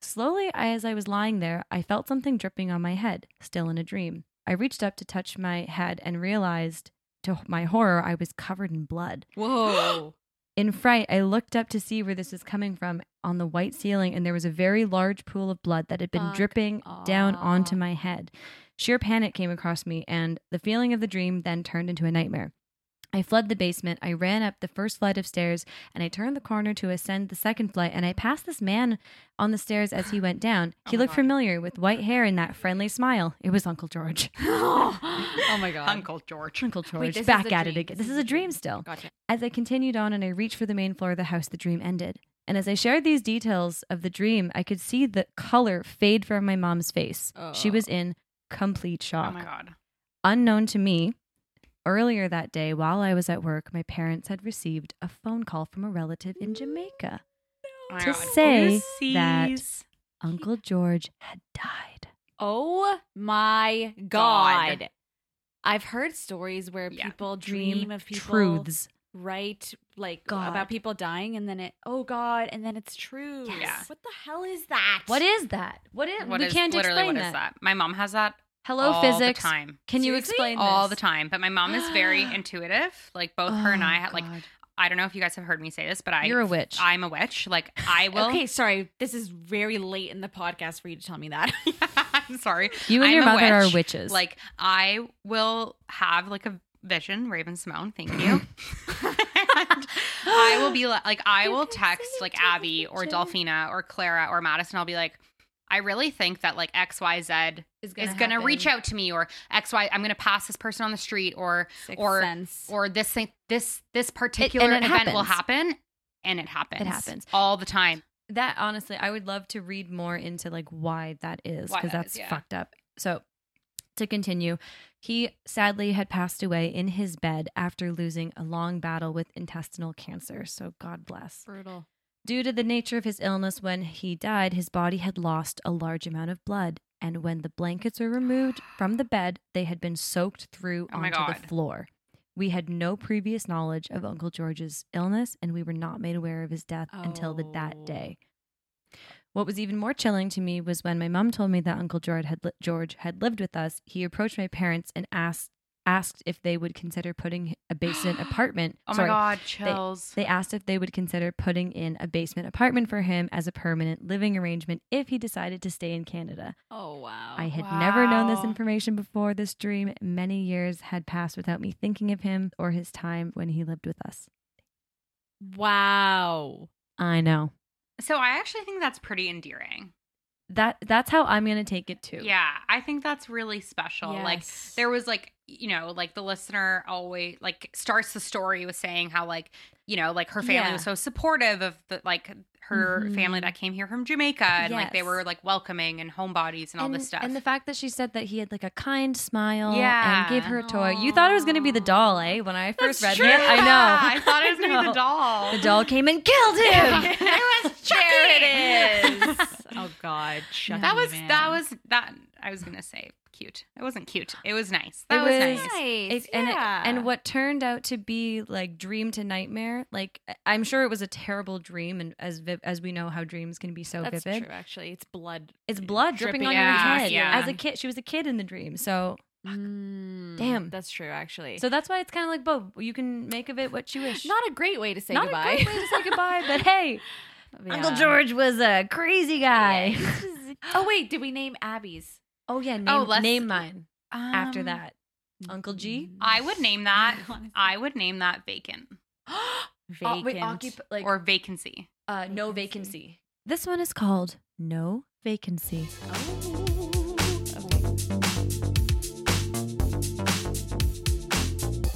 [SPEAKER 2] Slowly, I- as I was lying there, I felt something dripping on my head, still in a dream. I reached up to touch my head and realized, to my horror, I was covered in blood.
[SPEAKER 6] Whoa.
[SPEAKER 2] In fright, I looked up to see where this was coming from on the white ceiling, and there was a very large pool of blood that had been
[SPEAKER 6] Fuck
[SPEAKER 2] dripping down onto
[SPEAKER 6] off.
[SPEAKER 2] my head. Sheer panic came across me, and the feeling of the dream then turned into a nightmare. I fled the basement. I ran up the first flight of stairs and I turned the corner to ascend the second flight. And I passed this man on the stairs as he went down. He
[SPEAKER 1] my
[SPEAKER 2] looked
[SPEAKER 1] God.
[SPEAKER 2] familiar with white hair and that friendly smile. It was Uncle George.
[SPEAKER 6] oh my god.
[SPEAKER 1] Uncle George.
[SPEAKER 2] Uncle George,
[SPEAKER 6] this is
[SPEAKER 2] back
[SPEAKER 6] a
[SPEAKER 2] at it
[SPEAKER 6] dream.
[SPEAKER 2] again. This, is a dream still.
[SPEAKER 6] Gotcha.
[SPEAKER 2] As I continued on and I reached for the main floor of the house, the dream ended. And as I shared these details of the dream, I could see the color fade from my mom's face. She was in complete shock.
[SPEAKER 1] Oh my God.
[SPEAKER 2] Unknown to me, earlier that day while I was at work, my parents had received a phone call from a relative in Jamaica.
[SPEAKER 1] Oh my
[SPEAKER 2] To
[SPEAKER 1] God.
[SPEAKER 2] say that-
[SPEAKER 1] Overseas.
[SPEAKER 2] Uncle George had died.
[SPEAKER 6] Oh my god.
[SPEAKER 1] God.
[SPEAKER 6] I've heard stories where
[SPEAKER 1] Yeah.
[SPEAKER 6] people dream, of people
[SPEAKER 2] truths.
[SPEAKER 6] right like
[SPEAKER 2] God.
[SPEAKER 6] about people dying and then it oh god and then it's true.
[SPEAKER 1] Yes. Yeah.
[SPEAKER 4] What the hell is that?
[SPEAKER 2] What is that? What is?
[SPEAKER 1] What
[SPEAKER 2] we
[SPEAKER 1] is-
[SPEAKER 2] can't
[SPEAKER 1] literally,
[SPEAKER 2] explain
[SPEAKER 1] what
[SPEAKER 2] that.
[SPEAKER 1] is that? My mom has that
[SPEAKER 2] Hello,
[SPEAKER 1] all
[SPEAKER 2] physics.
[SPEAKER 1] the time.
[SPEAKER 2] Can you
[SPEAKER 6] Seriously?
[SPEAKER 2] explain
[SPEAKER 1] All
[SPEAKER 2] this? Oh,
[SPEAKER 1] the time. But my mom is very intuitive. Like both her and I had like I don't know if you guys have heard me say this, but I
[SPEAKER 2] You're a witch.
[SPEAKER 1] I'm a witch. Like I will
[SPEAKER 6] okay, sorry. This is very late in the podcast for you to tell me that.
[SPEAKER 1] I'm sorry.
[SPEAKER 2] you and
[SPEAKER 1] I'm
[SPEAKER 2] your
[SPEAKER 1] a
[SPEAKER 2] mother
[SPEAKER 1] witch.
[SPEAKER 2] are witches.
[SPEAKER 1] Like I will have like a vision, Raven Simone, thank you. and I will be like, like I will text like Abby or Delphina or Clara or Madison. I'll be like, I really think that like X Y Z is going to reach out to me or X Y. I'm going to pass this person on the street or
[SPEAKER 6] Sixth
[SPEAKER 1] Or-
[SPEAKER 6] sense.
[SPEAKER 1] or this thing, this this particular
[SPEAKER 2] it
[SPEAKER 1] event will happen, and it happens.
[SPEAKER 2] happens.
[SPEAKER 1] all the time.
[SPEAKER 2] that honestly i would love to read more into like why that is
[SPEAKER 1] Why
[SPEAKER 2] because
[SPEAKER 1] that
[SPEAKER 2] that's
[SPEAKER 1] is, yeah.
[SPEAKER 2] fucked up so to continue he sadly had passed away in his bed after losing a long battle with intestinal cancer so god bless
[SPEAKER 6] brutal.
[SPEAKER 2] Due to the nature of his illness, when he died, his body had lost a large amount of blood. And when the blankets were removed from the bed, they had been soaked through
[SPEAKER 1] Oh my
[SPEAKER 2] onto the
[SPEAKER 1] God.
[SPEAKER 2] floor. We had no previous knowledge of Uncle George's illness, and we were not made aware of his death until the,
[SPEAKER 6] Oh.
[SPEAKER 2] that day. What was even more chilling to me was when my mom told me that Uncle George had, li- George had lived with us, he approached my parents and asked asked if they would consider putting a basement apartment.
[SPEAKER 1] Oh
[SPEAKER 2] sorry,
[SPEAKER 1] my god, chills.
[SPEAKER 2] They asked if they would consider putting in a basement apartment for him as a permanent living arrangement if he decided to stay in Canada.
[SPEAKER 6] Oh wow.
[SPEAKER 2] I had never known this
[SPEAKER 1] Oh, wow.
[SPEAKER 2] information before this dream. Many years had passed without me thinking of him or his time when he lived with us.
[SPEAKER 6] wow.
[SPEAKER 2] I know.
[SPEAKER 1] so I actually think that's pretty endearing.
[SPEAKER 2] That that's how I'm going to take it too.
[SPEAKER 1] Yeah, I think that's really special. Like
[SPEAKER 6] Yes.
[SPEAKER 1] there was like you know like the listener always like starts the story with saying how like you know like her family
[SPEAKER 6] Yeah.
[SPEAKER 1] was so supportive of the like her
[SPEAKER 2] Mhm.
[SPEAKER 1] family that came here from Jamaica and like they
[SPEAKER 2] Yes.
[SPEAKER 1] were like welcoming and homebodies and, all this stuff.
[SPEAKER 2] And the fact that she said that he had like a kind smile
[SPEAKER 1] Yeah.
[SPEAKER 2] and gave her a toy. You thought it was going to be the doll, eh? When I first read it, I know.
[SPEAKER 1] Oh. I thought it was gonna be
[SPEAKER 2] know.
[SPEAKER 1] the doll.
[SPEAKER 2] The doll came and killed him.
[SPEAKER 1] it was
[SPEAKER 6] There it is. oh God, Chucky,
[SPEAKER 1] That was
[SPEAKER 6] man.
[SPEAKER 1] that was that I was gonna say cute. It wasn't cute. It was nice. That
[SPEAKER 2] It
[SPEAKER 1] was,
[SPEAKER 2] was-
[SPEAKER 1] nice.
[SPEAKER 6] nice.
[SPEAKER 2] It- and, it-
[SPEAKER 6] yeah.
[SPEAKER 2] and what turned out to be like dream to nightmare, like I- I'm sure it was a terrible dream, and as vi- as we know how dreams can be so
[SPEAKER 6] That's
[SPEAKER 2] vivid,
[SPEAKER 6] true. Actually, it's blood.
[SPEAKER 2] it's blood dripping,
[SPEAKER 6] Dripping
[SPEAKER 2] on
[SPEAKER 1] out,
[SPEAKER 2] your head.
[SPEAKER 1] yeah.
[SPEAKER 2] As a kid, she was a kid in the dream, so
[SPEAKER 6] Mm,
[SPEAKER 2] Damn.
[SPEAKER 6] that's true. Actually,
[SPEAKER 2] so that's why it's kind of like, Bo, you can make of it what you wish.
[SPEAKER 6] not a great way to say
[SPEAKER 2] Not
[SPEAKER 6] goodbye.
[SPEAKER 2] a good way to say goodbye, but hey, Uncle
[SPEAKER 6] Yeah.
[SPEAKER 2] George was a crazy
[SPEAKER 6] Yeah,
[SPEAKER 2] guy.
[SPEAKER 6] he's just- oh wait, did we name Abby's?
[SPEAKER 2] Oh yeah, name,
[SPEAKER 1] Oh, let's-
[SPEAKER 2] name mine after
[SPEAKER 1] Um,
[SPEAKER 2] that. Uncle G?
[SPEAKER 1] I would name that
[SPEAKER 6] Honestly.
[SPEAKER 1] I would name that vacant
[SPEAKER 2] Uh,
[SPEAKER 6] Vacant.
[SPEAKER 2] wait, occup- like
[SPEAKER 1] or vacancy.
[SPEAKER 2] uh, no
[SPEAKER 6] vacancy.
[SPEAKER 2] vacancy. This one is called No Vacancy.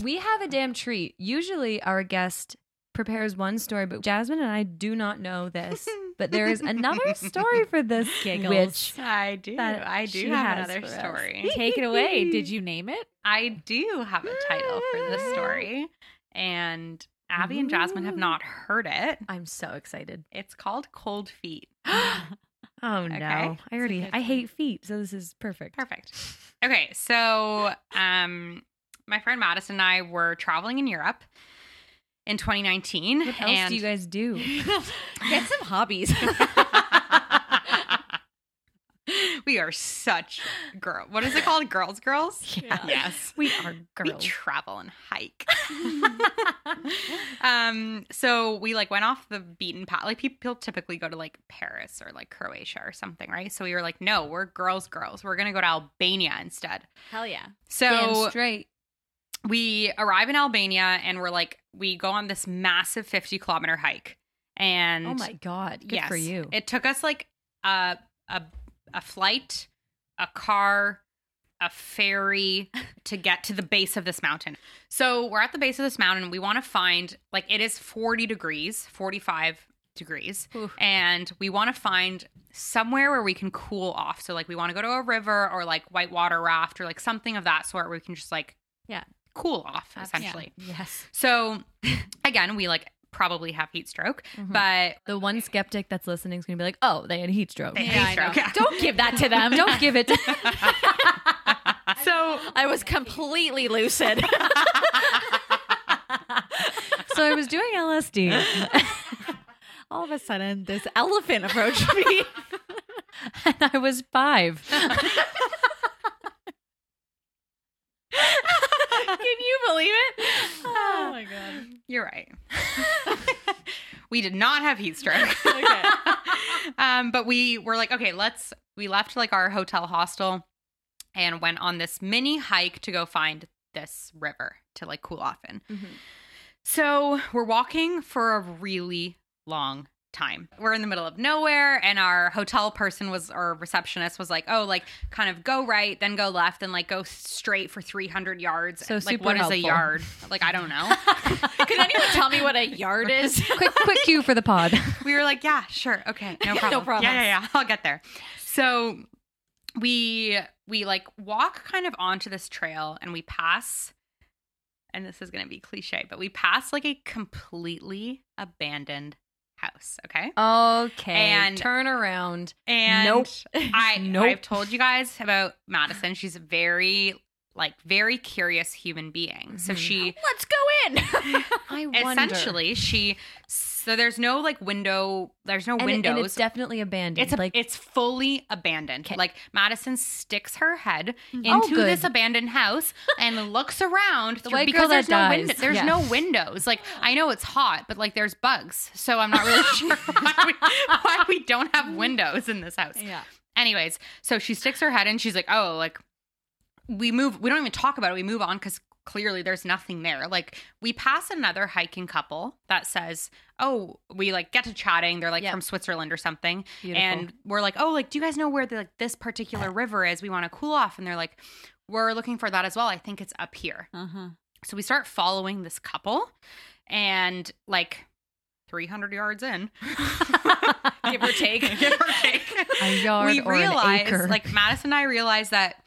[SPEAKER 2] We have a damn treat. Usually, our guest prepares one story, but Jasmine and I do not know this. but there is another story for this,
[SPEAKER 6] Giggles.
[SPEAKER 2] which
[SPEAKER 1] I do.
[SPEAKER 2] That
[SPEAKER 1] I do
[SPEAKER 2] she
[SPEAKER 1] have
[SPEAKER 2] has
[SPEAKER 1] another
[SPEAKER 2] for us.
[SPEAKER 1] story.
[SPEAKER 6] Take it away. Did you name it?
[SPEAKER 1] I do have a title for this story, and Abby and Jasmine have not heard it.
[SPEAKER 2] I'm so excited.
[SPEAKER 1] It's called Cold Feet.
[SPEAKER 2] Oh
[SPEAKER 1] Okay.
[SPEAKER 2] no! I already
[SPEAKER 6] good
[SPEAKER 2] I
[SPEAKER 6] one.
[SPEAKER 2] hate feet, so this is perfect.
[SPEAKER 1] Perfect. Okay, so um, my friend Madison and I were traveling in Europe in 2019,
[SPEAKER 2] What else
[SPEAKER 1] and
[SPEAKER 2] do you guys do?
[SPEAKER 6] Get some hobbies.
[SPEAKER 1] we are such girl. What is it called? Girls, girls.
[SPEAKER 6] Yeah.
[SPEAKER 1] Yes.
[SPEAKER 2] We are
[SPEAKER 1] We
[SPEAKER 2] girls.
[SPEAKER 1] travel and hike. um, so we like went off the beaten path. Like people typically go to like Paris or like Croatia or something, right? So we were like, no, we're girls, girls. We're gonna go to Albania instead.
[SPEAKER 6] Hell yeah.
[SPEAKER 1] So
[SPEAKER 2] Damn straight.
[SPEAKER 1] we arrive in Albania and we're like, we go on this massive 50 kilometer hike. And
[SPEAKER 2] Oh my god! Good
[SPEAKER 1] yes,
[SPEAKER 2] for you.
[SPEAKER 1] It took us like a, a, a flight, a car, a ferry to get to the base of this mountain. So we're at the base of this mountain. We want to find, like, it is 40 degrees, 45 degrees.
[SPEAKER 6] Oof.
[SPEAKER 1] And we want to find somewhere where we can cool off. So, like, we want to go to a river or like whitewater raft or like something of that sort where we can just like,
[SPEAKER 6] Yeah.
[SPEAKER 1] cool off
[SPEAKER 6] Abs-
[SPEAKER 1] essentially.
[SPEAKER 2] yes.
[SPEAKER 1] So, again, we like probably have heat stroke,
[SPEAKER 2] Mhm.
[SPEAKER 1] but
[SPEAKER 2] The one skeptic that's listening is going to be like, "Oh, they had heat stroke."
[SPEAKER 1] They-
[SPEAKER 6] Yeah, I know.
[SPEAKER 1] stroke, yeah.
[SPEAKER 6] Don't give that to them.
[SPEAKER 2] Don't give it.
[SPEAKER 1] so
[SPEAKER 6] I was completely lucid.
[SPEAKER 2] so I was doing LSD.
[SPEAKER 6] All of a sudden, this elephant approached me.
[SPEAKER 2] and I was five.
[SPEAKER 6] Can you believe it? Oh my god.
[SPEAKER 1] You're right. we did not have heat stroke.
[SPEAKER 6] Okay.
[SPEAKER 1] um, but we were like, okay, let's. We left like our hotel hostel and went on this mini hike to go find this river to like cool off in.
[SPEAKER 2] Mm-hmm.
[SPEAKER 1] So we're walking for a really long time. We're in the middle of nowhere, and our hotel person was, or receptionist was like, oh, like kind of go right, then go left, then like go straight for 300 yards.
[SPEAKER 2] So
[SPEAKER 1] like,
[SPEAKER 2] super
[SPEAKER 1] what is
[SPEAKER 2] helpful.
[SPEAKER 1] a yard? Like, I don't know.
[SPEAKER 6] Can anyone tell me what a yard is?
[SPEAKER 2] quick, quick cue for the pod.
[SPEAKER 1] we were like, yeah, sure, okay, no
[SPEAKER 6] No
[SPEAKER 1] problem,
[SPEAKER 6] problem.
[SPEAKER 1] Yeah, yeah, yeah, I'll get there. So we we like walk kind of onto this trail, and we pass, and this is gonna be cliche, but we pass like a completely abandoned house. Okay,
[SPEAKER 2] Okay.
[SPEAKER 1] And-
[SPEAKER 2] turn around.
[SPEAKER 1] and
[SPEAKER 2] Nope.
[SPEAKER 1] I
[SPEAKER 2] Nope.
[SPEAKER 1] I've told you guys about Madison. She's a very like very curious human being. So
[SPEAKER 2] Mhm.
[SPEAKER 1] she
[SPEAKER 6] Let's go in.
[SPEAKER 2] I wonder.
[SPEAKER 1] essentially she s- So there's no like window. There's no
[SPEAKER 2] And, it-
[SPEAKER 1] windows.
[SPEAKER 2] and it's definitely abandoned.
[SPEAKER 1] It's a,
[SPEAKER 2] like
[SPEAKER 1] it's fully abandoned.
[SPEAKER 2] Okay.
[SPEAKER 1] Like Madison sticks her head into
[SPEAKER 2] Oh, good.
[SPEAKER 1] this abandoned house and looks around
[SPEAKER 2] The
[SPEAKER 1] through-
[SPEAKER 2] white
[SPEAKER 1] because
[SPEAKER 2] girl
[SPEAKER 1] there's no
[SPEAKER 2] that dies.
[SPEAKER 1] window. There's
[SPEAKER 2] Yeah.
[SPEAKER 1] no windows. Like I know it's hot, but like there's bugs, so I'm not really sure why we, why we don't have windows in this house.
[SPEAKER 6] Yeah.
[SPEAKER 1] Anyways, so she sticks her head in. She's like, "Oh, like we move. We don't even talk about it. We move on because clearly there's nothing there." Like we pass another hiking couple that says, "Oh, we like get to chatting. They're like
[SPEAKER 2] Yeah.
[SPEAKER 1] from Switzerland or something."
[SPEAKER 2] beautiful.
[SPEAKER 1] And we're like, "Oh, like do you guys know where the, like this particular river is? We want to cool off." And they're like, "We're looking for that as well. I think it's up here."
[SPEAKER 6] Uh huh.
[SPEAKER 1] So we start following this couple, and like 300 yards in, give or take, give or take,
[SPEAKER 2] A yard
[SPEAKER 1] we
[SPEAKER 2] or an
[SPEAKER 1] realize,
[SPEAKER 2] acre.
[SPEAKER 1] like Madison and I realized that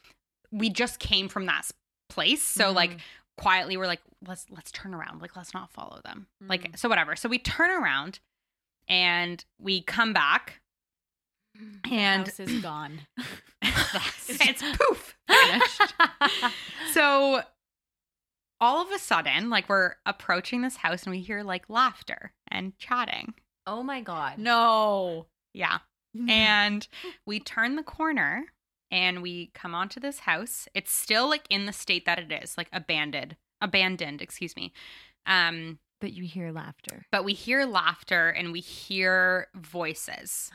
[SPEAKER 1] we just came from that s- place. So like quietly, we're like, let's let's turn around. Like let's not follow them. Like so whatever. So we turn around, and we come back, and
[SPEAKER 6] House is gone.
[SPEAKER 1] it's poof vanished. so all of a sudden, like we're approaching this house and we hear like laughter and chatting.
[SPEAKER 2] oh my god.
[SPEAKER 6] No.
[SPEAKER 1] Yeah. And we turn the corner and we come onto this house. It's still like in the state that it is, like abandoned, abandoned, excuse me. Um,
[SPEAKER 2] But you hear laughter.
[SPEAKER 1] but we hear laughter and we hear voices.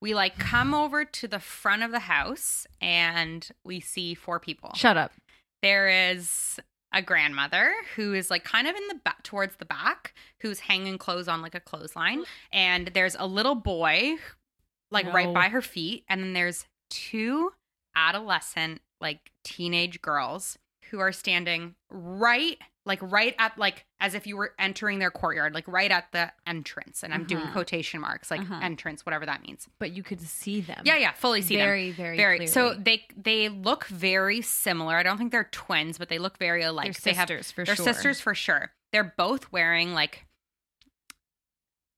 [SPEAKER 1] We like come over to the front of the house and we see four people.
[SPEAKER 2] Shut up.
[SPEAKER 1] there is a grandmother who is like kind of in the back towards the back who's hanging clothes on like a clothesline and there's a little boy like right
[SPEAKER 6] No.
[SPEAKER 1] by her feet and then there's two adolescent like teenage girls who are standing right like right at like as if you were entering their courtyard like right at the entrance and i'm doing
[SPEAKER 6] Uh-huh.
[SPEAKER 1] quotation marks like
[SPEAKER 6] Uh-huh. Um,
[SPEAKER 1] entrance whatever that means
[SPEAKER 2] But you could see them.
[SPEAKER 1] yeah yeah fully see them
[SPEAKER 2] very, very,
[SPEAKER 1] very so
[SPEAKER 2] clearly.
[SPEAKER 1] they they look very similar i don't think they're twins but they look very alike
[SPEAKER 2] they're
[SPEAKER 1] they have
[SPEAKER 2] sisters for
[SPEAKER 1] they're
[SPEAKER 2] sure.
[SPEAKER 1] sisters for sure they're both wearing like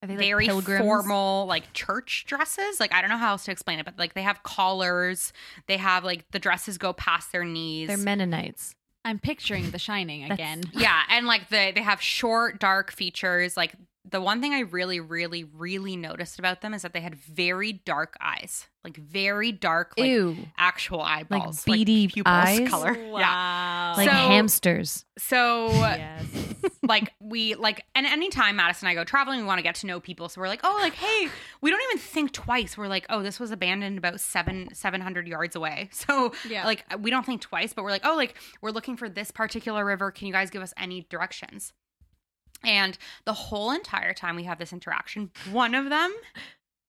[SPEAKER 2] Are they like
[SPEAKER 1] very
[SPEAKER 2] pilgrims?
[SPEAKER 1] formal like church dresses like i don't know how else to explain it but like they have collars they have like the dresses go past their knees
[SPEAKER 2] They're Mennonites.
[SPEAKER 6] I'm picturing The Shining
[SPEAKER 2] That's-
[SPEAKER 6] again.
[SPEAKER 1] yeah and like they they have short dark features like the one thing i really really really noticed about them is that they had very dark eyes like very dark like
[SPEAKER 2] Ew.
[SPEAKER 1] actual eyeballs
[SPEAKER 2] beady
[SPEAKER 1] pupils
[SPEAKER 2] eyes?
[SPEAKER 1] color yeah
[SPEAKER 6] Wow.
[SPEAKER 2] Like
[SPEAKER 1] uh, So-
[SPEAKER 2] hamsters.
[SPEAKER 1] So
[SPEAKER 6] yes.
[SPEAKER 1] like we like and anytime Madison and I go traveling, we want to get to know people. So we're like, oh, like, hey, we don't even think twice. We're like, oh, this was abandoned about seven seven hundred yards away. So
[SPEAKER 6] Yeah.
[SPEAKER 1] like we don't think twice, but we're like, oh, like, we're looking for this particular river. Can you guys give us any directions? And the whole entire time we have this interaction, one of them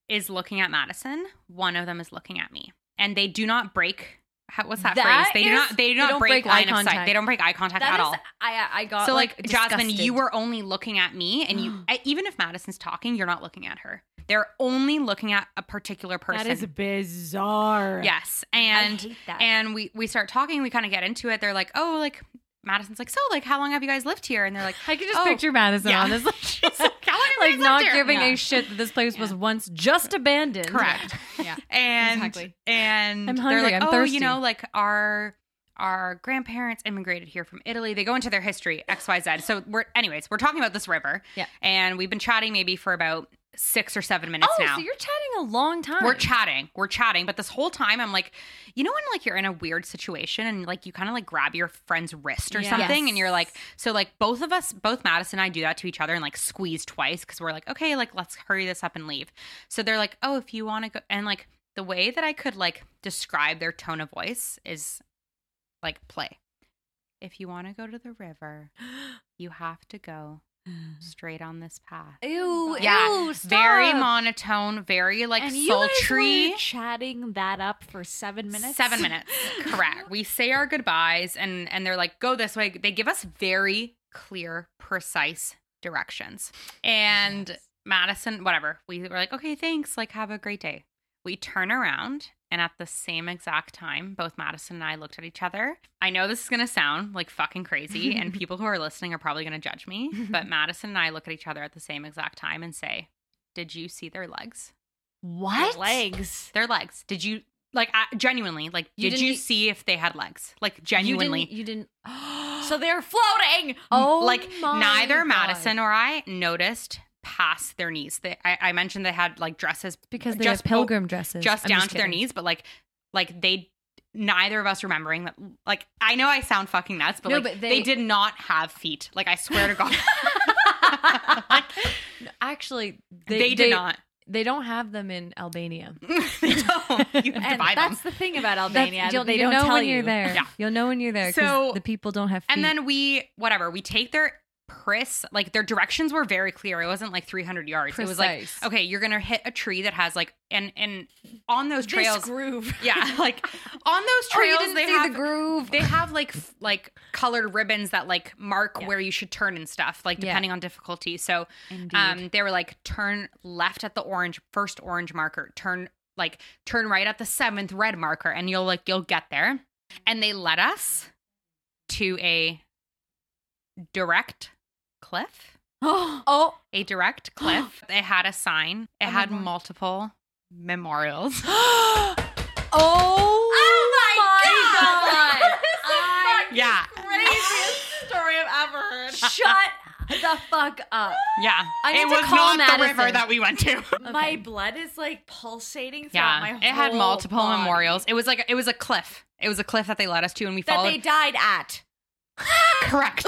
[SPEAKER 1] is looking at Madison, one of them is looking at me. And they do not break how, what's that,
[SPEAKER 2] That
[SPEAKER 1] phrase? They do
[SPEAKER 2] is-
[SPEAKER 1] not they do
[SPEAKER 2] they
[SPEAKER 1] not
[SPEAKER 2] don't
[SPEAKER 1] break,
[SPEAKER 2] break eye
[SPEAKER 1] line of sight.
[SPEAKER 2] contact.
[SPEAKER 1] They don't break eye contact at all
[SPEAKER 2] I uh, I got
[SPEAKER 1] so like, Jasmine, you were only looking at me, and you I- even if Madison's talking, you're not looking at her. They're only looking at a particular person.
[SPEAKER 6] That is bizarre.
[SPEAKER 1] yes, and
[SPEAKER 2] hate that.
[SPEAKER 1] and we we start talking. We kind of get into it. They're like, oh, like Madison's like, so like, how long have you guys lived here? And they're like,
[SPEAKER 2] I could just
[SPEAKER 1] "Oh,
[SPEAKER 2] picture Madison
[SPEAKER 1] yeah."
[SPEAKER 2] on this. Like, she's like,
[SPEAKER 1] how long have you guys
[SPEAKER 2] like
[SPEAKER 1] lived
[SPEAKER 2] not
[SPEAKER 1] here?
[SPEAKER 2] giving
[SPEAKER 6] Yeah.
[SPEAKER 2] a shit that this place was once just abandoned.
[SPEAKER 1] Correct.
[SPEAKER 6] Yeah.
[SPEAKER 1] And
[SPEAKER 6] Exactly.
[SPEAKER 1] and
[SPEAKER 2] I'm
[SPEAKER 1] they're
[SPEAKER 2] hungry,
[SPEAKER 1] like,
[SPEAKER 2] I'm
[SPEAKER 1] oh,
[SPEAKER 2] thirsty."
[SPEAKER 1] you know, like our our grandparents immigrated here from Italy. They go into their history, XYZ. So we're anyways, we're talking about this river.
[SPEAKER 2] Yeah.
[SPEAKER 1] And we've been chatting maybe for about six or seven minutes
[SPEAKER 2] Oh,
[SPEAKER 1] now.
[SPEAKER 2] so you're chatting a long time.
[SPEAKER 1] we're chatting. We're chatting. But this whole time I'm like, you know when like you're in a weird situation and like you kind of like grab your friend's wrist or
[SPEAKER 6] Yes.
[SPEAKER 1] something and you're like so like both of us both Madison and I do that to each other and like squeeze twice cuz we're like, okay, like let's hurry this up and leave. So they're like, "Oh, if you want to go." And like the way that I could like describe their tone of voice is like play. If you want to go to the river, you have to go straight on this path.
[SPEAKER 2] Ew.
[SPEAKER 1] Yeah,
[SPEAKER 2] Ew. Stop.
[SPEAKER 1] Very monotone, very like
[SPEAKER 6] and you guys
[SPEAKER 1] sultry.
[SPEAKER 6] were chatting that up for seven minutes.
[SPEAKER 1] Seven minutes. Correct. We say our goodbyes and and they're like, go this way. They give us very clear, precise directions. And Madison, whatever. We were like, okay, thanks. Like, have a great day. We turn around and at the same exact time, both Madison and I looked at each other. I know this is gonna sound like fucking crazy, and people who are listening are probably gonna judge me, but Madison and I look at each other at the same exact time and say, Did you see their legs?
[SPEAKER 2] What?
[SPEAKER 6] legs.
[SPEAKER 1] their legs. Did you like I, genuinely like
[SPEAKER 2] You
[SPEAKER 1] did
[SPEAKER 2] didn't
[SPEAKER 1] you
[SPEAKER 2] e-
[SPEAKER 1] see if they had legs? Like
[SPEAKER 2] You
[SPEAKER 1] genuinely.
[SPEAKER 2] didn't. e, You didn't
[SPEAKER 6] So they're floating.
[SPEAKER 2] oh,
[SPEAKER 1] like
[SPEAKER 2] my
[SPEAKER 1] neither
[SPEAKER 2] God.
[SPEAKER 1] Madison or I noticed past their knees. They, I, I mentioned they had like dresses
[SPEAKER 2] because they
[SPEAKER 1] Just- oh,
[SPEAKER 2] have pilgrim dresses.
[SPEAKER 1] just
[SPEAKER 2] I'm
[SPEAKER 1] down to their
[SPEAKER 2] kidding.
[SPEAKER 1] knees, but like, like they, neither of us remembering that. Like, I know I sound fucking nuts, but
[SPEAKER 2] No,
[SPEAKER 1] like,
[SPEAKER 2] but
[SPEAKER 1] they,
[SPEAKER 2] they-
[SPEAKER 1] did not have feet. Like, I swear to God,
[SPEAKER 2] Actually,
[SPEAKER 1] they, did not.
[SPEAKER 2] They don't have them in Albania.
[SPEAKER 1] they don't. You have to
[SPEAKER 6] And
[SPEAKER 1] buy them.
[SPEAKER 6] that's the thing about Albania.
[SPEAKER 2] That's-
[SPEAKER 6] they
[SPEAKER 2] you'll
[SPEAKER 6] don't
[SPEAKER 2] know
[SPEAKER 6] tell
[SPEAKER 2] when
[SPEAKER 6] you.
[SPEAKER 2] are there.
[SPEAKER 1] Yeah.
[SPEAKER 2] You'll know when you're there. 'cause
[SPEAKER 1] So-
[SPEAKER 2] the people don't have. Feet.
[SPEAKER 1] And then we, whatever, we take their priss. Like their directions were very clear. It wasn't like 300 yards. It was like,
[SPEAKER 2] Precise.
[SPEAKER 1] okay, you're gonna hit a tree that has like, and and on those trails,
[SPEAKER 6] This groove.
[SPEAKER 1] yeah, like on those
[SPEAKER 2] Oh, you
[SPEAKER 1] trails,
[SPEAKER 2] didn't
[SPEAKER 1] they
[SPEAKER 2] see
[SPEAKER 1] have
[SPEAKER 2] the groove.
[SPEAKER 1] they have like f- like colored ribbons that like mark
[SPEAKER 2] Yeah.
[SPEAKER 1] where you should turn and stuff, like
[SPEAKER 2] Yeah.
[SPEAKER 1] depending on difficulty. So,
[SPEAKER 6] Indeed.
[SPEAKER 1] um, they were like turn left at the orange first orange marker, turn like turn right at the seventh red marker, and you'll like you'll get there. And they led us to a direct cliff.
[SPEAKER 6] oh,
[SPEAKER 2] oh,
[SPEAKER 1] A direct cliff. it had a sign. It
[SPEAKER 6] A
[SPEAKER 1] had
[SPEAKER 6] memorial.
[SPEAKER 1] multiple memorials.
[SPEAKER 6] oh, my god!
[SPEAKER 1] yeah,
[SPEAKER 6] Craziest story I've ever heard.
[SPEAKER 2] Shut the fuck up.
[SPEAKER 1] yeah.
[SPEAKER 2] I need
[SPEAKER 1] it
[SPEAKER 2] to
[SPEAKER 1] was
[SPEAKER 2] call
[SPEAKER 1] not the
[SPEAKER 2] Madison.
[SPEAKER 1] river that we went to.
[SPEAKER 6] My blood is like pulsating throughout
[SPEAKER 1] Yeah,
[SPEAKER 6] my whole
[SPEAKER 1] it had multiple
[SPEAKER 6] body
[SPEAKER 1] memorials. It was like it was a cliff. It was a cliff that they led us to, and we
[SPEAKER 6] that
[SPEAKER 1] followed.
[SPEAKER 6] they died at.
[SPEAKER 1] correct,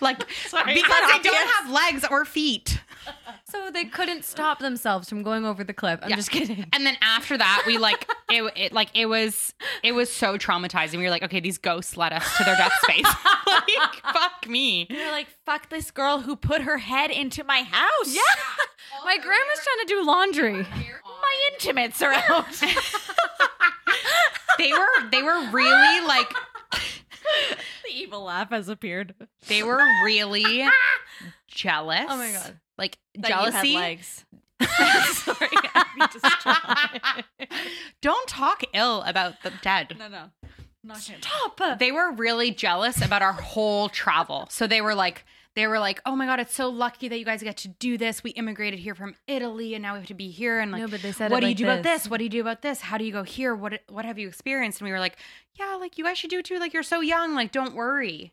[SPEAKER 1] like because
[SPEAKER 6] not
[SPEAKER 1] they don't
[SPEAKER 6] obvious.
[SPEAKER 1] have legs or feet.
[SPEAKER 2] So they couldn't stop themselves from going over the cliff. I'm
[SPEAKER 1] Yeah.
[SPEAKER 2] just kidding.
[SPEAKER 1] And then after that, we like it, it. Like it was, it was so traumatizing. We were like, okay, these ghosts led us to their death space. like fuck me.
[SPEAKER 6] You're like, fuck this girl who put her head into my house. Yeah.
[SPEAKER 2] My grandma's trying to do laundry.
[SPEAKER 6] My intimates are out.
[SPEAKER 1] They were they were really like
[SPEAKER 6] the evil laugh has appeared.
[SPEAKER 1] they were really jealous.
[SPEAKER 2] Oh my God.
[SPEAKER 1] Like
[SPEAKER 6] That you had
[SPEAKER 1] jealousy.
[SPEAKER 6] legs. Sorry, Abby
[SPEAKER 1] Don't talk ill about the dead.
[SPEAKER 6] No, no. Not him.
[SPEAKER 1] they were really jealous about our whole travel. So they were like, they were like, oh my god, it's so lucky that you guys get to do this. We immigrated here from Italy, and now we have to be here. And like,
[SPEAKER 2] No, but they said
[SPEAKER 1] what
[SPEAKER 2] it
[SPEAKER 1] do you
[SPEAKER 2] like
[SPEAKER 1] do about
[SPEAKER 2] this.
[SPEAKER 1] this? What do you do about this? How do you go here? What what have you experienced? And we were like, yeah, like you guys should do it too. Like you're so young. Like don't worry.